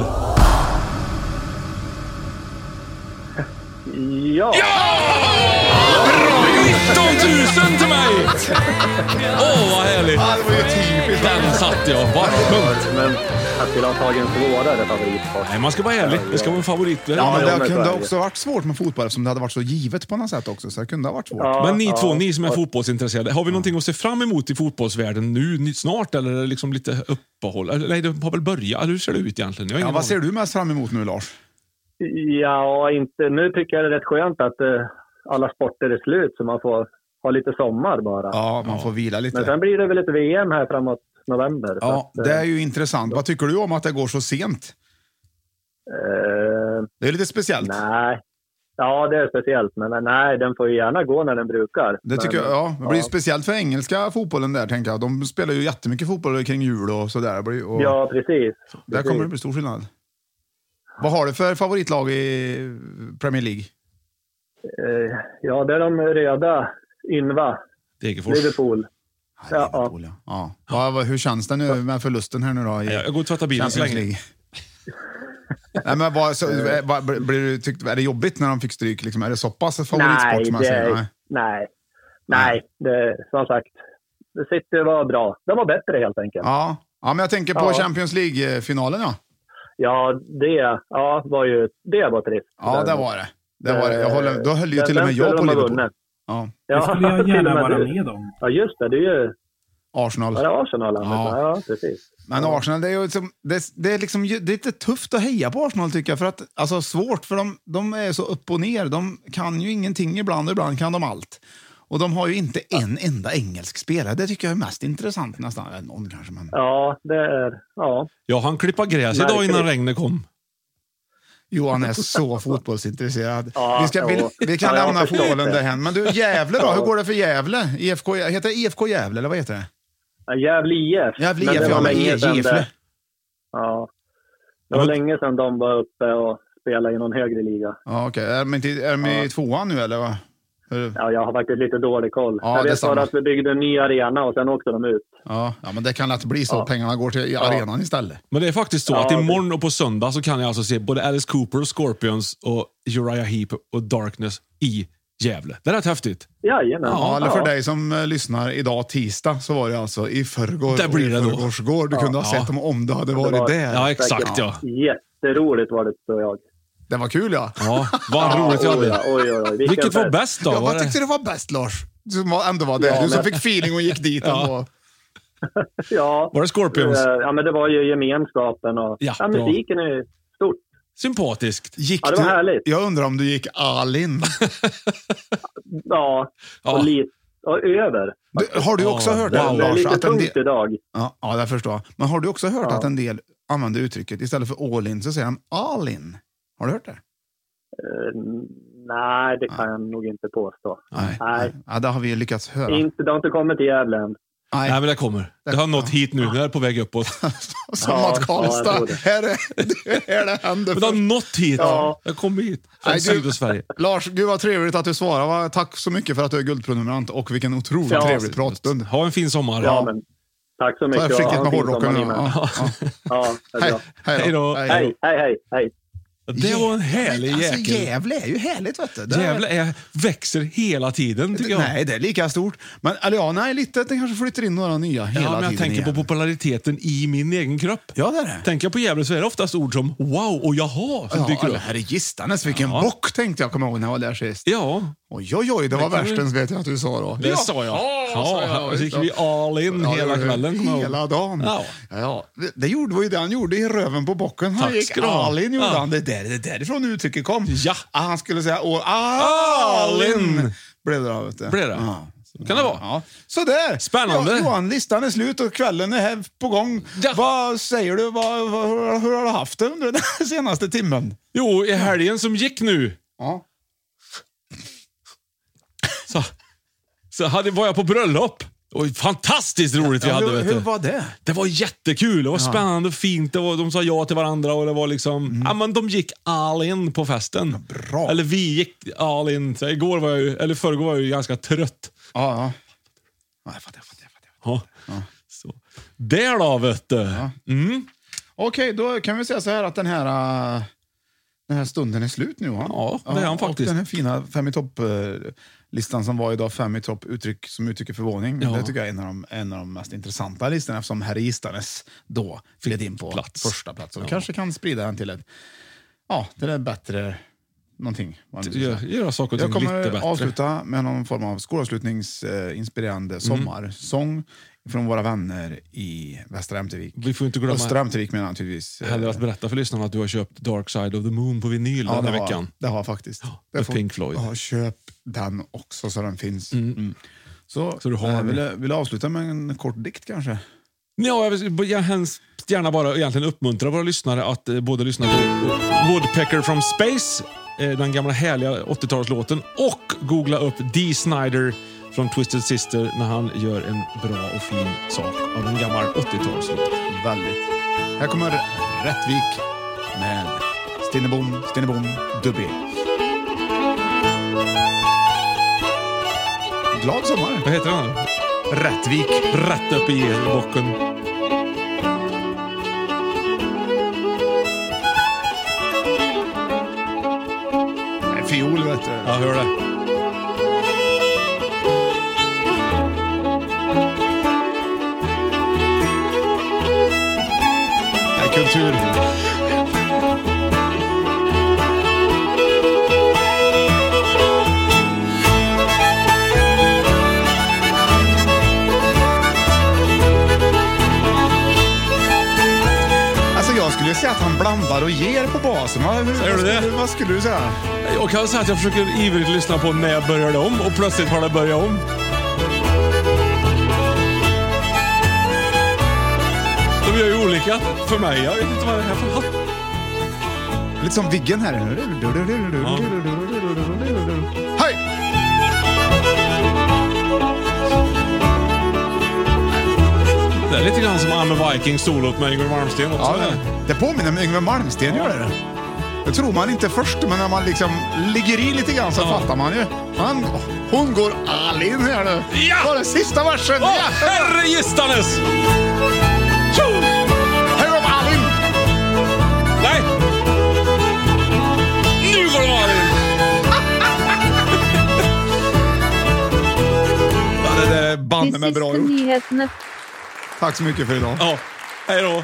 Ja!
Bra! 19 000 till mig! Åh, vad härligt!
Ja, det var ju typiskt.
Den satt jag. Bara punkt.
Men jag skulle ha tagit en svårare favoritsport.
Nej, man ska vara ärlig. Det ska vara en favorit.
Ja, men det kunde
Sverige.
också varit svårt med fotboll eftersom det hade varit så givet på något sätt också. Så det kunde ha varit svårt.
Men ni två, ni som är fotbollsintresserade, har vi någonting att se fram emot i fotbollsvärlden nu ny- snart eller är det liksom lite uppehåll? Eller, nej, det har väl börjat? Eller hur ser det ut egentligen? Jag har
Ja,
ingen
vad ser
aning.
du mest fram emot nu, Lars?
Ja, inte. nu tycker jag det är rätt skönt att eh, alla sporter är slut så man får ha lite sommar bara.
Ja, man får vila lite.
Men sen blir det väl ett VM här framåt november. så
Ja,
att, eh,
det är ju intressant. Vad tycker du om att det går så sent?
eh,
Det är lite speciellt.
nej. Ja, det är speciellt. Men nej, den får ju gärna gå när den brukar.
Det tycker
men,
jag, ja. Det blir ju speciellt för engelska fotbollen där, tänker jag. De spelar ju jättemycket fotboll kring jul och sådär. Det blir ju- Och
Ja, precis.
där
precis.
kommer det bli stor skillnad. Vad har du för favoritlag i Premier League?
Eh, ja, det är de röda. Ynva.
Degerfors.
Liverpool. Ja, ja.
Ja. Vad- vad- hur känns det nu med förlusten här nu då? I
Ja, jag går och tvättar bilen så
Champions
länge.
League? Nej, men vad, så,
Eh.
eh, vad, blir du, tyckt, är det jobbigt när de fick stryk? Liksom? Är det så pass favoritsport
Nej,
som jag
det,
säger?
nej, nej. Nej, det, som sagt. City var bra. De var bättre helt enkelt.
Ja. ja, men jag tänker på
Ja.
Champions League-finalen. Ja,
Ja, det ja, var ju det var trist.
ja
Den-
det var det. det, var det. Jag håller, då höll ju
den-
till och
den
med
skulle
jag på
de ha
Liverpool.
vunnit.
Ja.
Ja,
Det skulle jag
till och
gärna
med
vara
du.
med om.
Ja, just det. Det är ju
Arsenal.
var det Arsenal.
Ja.
Ja. ja, precis.
Men Arsenal, det är ju liksom, det, det är liksom det är lite tufft att heja på Arsenal tycker jag. För att, alltså svårt, för de, de är så upp och ner. De kan ju ingenting ibland och ibland kan de allt. Och de har ju inte en enda engelsk spelare. Det tycker jag är mest intressant nästan. Eller Någon kanske, men...
Ja, det är... Ja.
Jag hann klippa gräs
Märker
idag innan
det.
regnet kom.
Johan är så fotbollsintresserad.
Ja,
vi, ska, vi,
jo.
vi kan
Ja, jag
lämna
förstår
fotbollen
det.
därhän. Men du, Gävle då?
Ja.
Hur går det för Gävle? IFK, heter det IFK Gävle, eller vad heter det?
Gävle IF.
Gävle
Men
IF,
det
ja,
var
men
länge sedan
Gefle.
det- Ja. Det var
Ja, men-
länge sedan de var uppe och spelade i någon högre liga.
Ja, okej. Är de, inte, är de i tvåan nu, eller? vad? Hur-
Ja, jag har faktiskt lite dålig koll.
Ja,
jag vet
detsamma.
bara att vi byggde en ny arena och sen åkte de ut.
Ja, ja, men det kan lätt bli så. Pengarna går till arenan istället.
Men det är faktiskt så
Ja,
att
det-
imorgon och på söndag så kan jag alltså se både Alice Cooper och Scorpions och Uriah Heep och Darkness i Gävle. Det är rätt häftigt.
Jajamän.
Ja, eller för dig som eh, lyssnar idag tisdag så var det alltså i förrgår
Där blir det då.
och i förrgår. Du kunde ha
Ja.
sett dem om du hade varit
var-
där.
Ja, exakt ja.
Jätteroligt var det, tror jag.
Det var kul ja.
Ja, vad roligt jag
oj,
hade.
ja, oj, oj, oj. Vilken
Vilket var
fest.
bäst då?
ja
Var
vad
det?
tyckte du var bäst Lars? Som var- ändå var där.
Ja,
du som
men-
fick feeling och gick dit
Ja.
ändå.
Ja.
Var det Scorpions?
Eh, Ja, men det var ju gemenskapen och
Ja,
ja,
bra.
musiken är ju stort.
Sympatiskt.
Gick
Ja, det var
du,
härligt.
Jag undrar om du gick all in.
Ja,
Ja.
och lite och över.
Du, har du också
Ja,
hört
det-
det,
det är
det är
Lars?
lite
Att en
tungt
del,
idag.
ja, ja, det förstår jag. Men har du också hört
Ja.
att en del använder uttrycket istället för all in så säger de all in? Har du hört det?
Eh, nej, det kan jag nog inte påstå. Nej.
Ja, det har vi lyckats höra.
Inte, det har inte kommit till Gävle än.
Nej.
Nej, men det kommer. Det har nått hit nu. Det är på väg uppåt.
Som
Ja,
att
ja, jag
Karlstad,
tror det.
här är det, här det händer
Men det har
först.
nått hit.
Ja.
Det har kommit hit. Från
Nej, du-
Sydostsverige.
Lars, gud vad trevligt att du svarade. Va? Tack så mycket för att du är guldprenumerant och vilken otroligt
Ja.
trevlig pratstund.
Ha en fin sommar.
Ja, men tack så
Ta
mycket.
försiktigt
Ha en
med
fin
hårdrocken.
sommar,
nu.
Iman.
Ja, ja.
Ja, det är
Hej,
bra.
hej då.
Hej då.
Hej, hej, hej. hej.
Det var en härlig
Ja, men alltså,
jäkel.
Gävle är ju härligt. Vet du. Det-
Gävle är, växer hela tiden tycker jag.
Nej, det är lika stort. Men eller ja, nej, lite. Den kanske flyttar in några nya hela
ja, men jag
tiden
tänker
igen.
på populariteten i min egen kropp.
Ja, det är det.
Tänker jag på Gävle så är det oftast ord som wow och jaha som
Ja,
dyker
eller
upp.
herre gistanes, vilken bock tänkte jag komma ihåg när jag var där sist.
Ja.
Oj, oj, oj, det var
Det kan
värstens
vi-
vet jag att du sa då.
Det sa jag. Ja,
sa jag,
så gick
just
vi
det.
all in
Ja, det
hela
var ju
kvällen. kommer jag ihåg.
Hela dagen.
Ja.
Ja, ja. Det- Det gjorde, var ju det han gjorde i röven på bocken. Han
Tack
gick
ska du ha.
all in gjorde
Ja.
han. Det är där, det är därifrån uttrycket kom. Ja. Han skulle säga och all
All
in
in.
blev det då, vet du.
Blev det?
Ja.
Kan det vara?
Ja. Sådär!
Spännande.
Ja, Johan, listan är slut och kvällen är här på gång. Vad säger du? Vad, vad, hur, hur har du haft det under den senaste timmen?
Jo, i helgen som gick nu
Ja.
så, så hade, var jag på bröllop. Och fantastiskt roligt vi
Ja,
hade.
hur,
vet du.
hur var det?
Det var jättekul. Det var
Ja. Mm.
spännande och fint. Det var, de sa ja till varandra och det var liksom... Ja, men de gick all in på festen.
Bra.
Eller vi gick all in. Så igår var jag ju, eller förrgår var jag ju ganska trött.
Ja, ja. ja jag fattar, jag fattar.
Ja. Så. Där då, vet du. Mm.
Okej, då kan vi säga så här att den här, äh, den här stunden är slut nu. Johan.
Ja, det är han
Och
faktiskt.
den här fina fem i topp-listan som var idag, fem i topp uttryck som uttrycker förvåning.
Ja.
Det tycker jag är en av de, en av de mest intressanta listorna eftersom Herre Gistanes då gled in på
plats.
första plats. Och vi
Ja.
kanske kan sprida den till ett, ja, till ett bättre någonting. vad man nu ska
Gör,
säga.
göra saker och
Jag
ting lite
kommer
bättre.
avsluta med någon form av
Mm.
skolavslutningsinspirerande sommarsång från våra vänner i Västra Ämtervik.
Vi får inte glömma
Östra Ämtervik menar jag naturligtvis.
heller att berätta för lyssnarna att du har köpt Dark Side of the Moon på vinyl den här
det har-
veckan.
Det har jag faktiskt. Det
Med
får-
Pink Floyd.
Ja, köp den också så den finns. Mm. Så,
Så du har
eh,
den.
vill, jag, vill jag avsluta med en kort dikt kanske?
Ja, jag vill jag hemskt gärna bara egentligen uppmuntra våra lyssnare att eh, både lyssna på Woodpecker from Space, eh, den gamla härliga 80-talslåten, och googla upp Dee Snider från Twisted Sister när han gör en bra och fin sak av en gammal 80-talslåt.
Väldigt. Här kommer Rättvik med Stinnebom, Stinnebom, Dubbe. Glad sommar!
Vad heter han?
Rättvik.
Rätt upp i bocken.
Nej, Fiol vet du.
Jag hör det.
Nej, kultur. Alltså jag skulle säga att han blandar och ger på basen. Vad, hur,
Säger
vad,
du det?
skulle, vad skulle du säga?
Jag kan säga att jag försöker ivrigt lyssna på när jag började om och plötsligt har det börjat om. De gör ju olika för mig. Jag vet inte vad det är för hatt.
Lite som Viggen här. Hej!
Det är lite grann som I'm a Viking solot med Yngwie Malmsteen också.
Ja, det, det påminner om Yngwie Malmsteen gör det. Det tror man inte först, men när man liksom ligger i lite grann så fattar man ju. Han, hon går all in här nu.
Ja!
Var det sista versen?
Åh, herre gistanes! Tjo!
Här går de all in!
Nej! Nu går de all in!
Ja, det där är banne med bra gjort.
nyhetene.
Tack så mycket för idag.
Ja, hej då.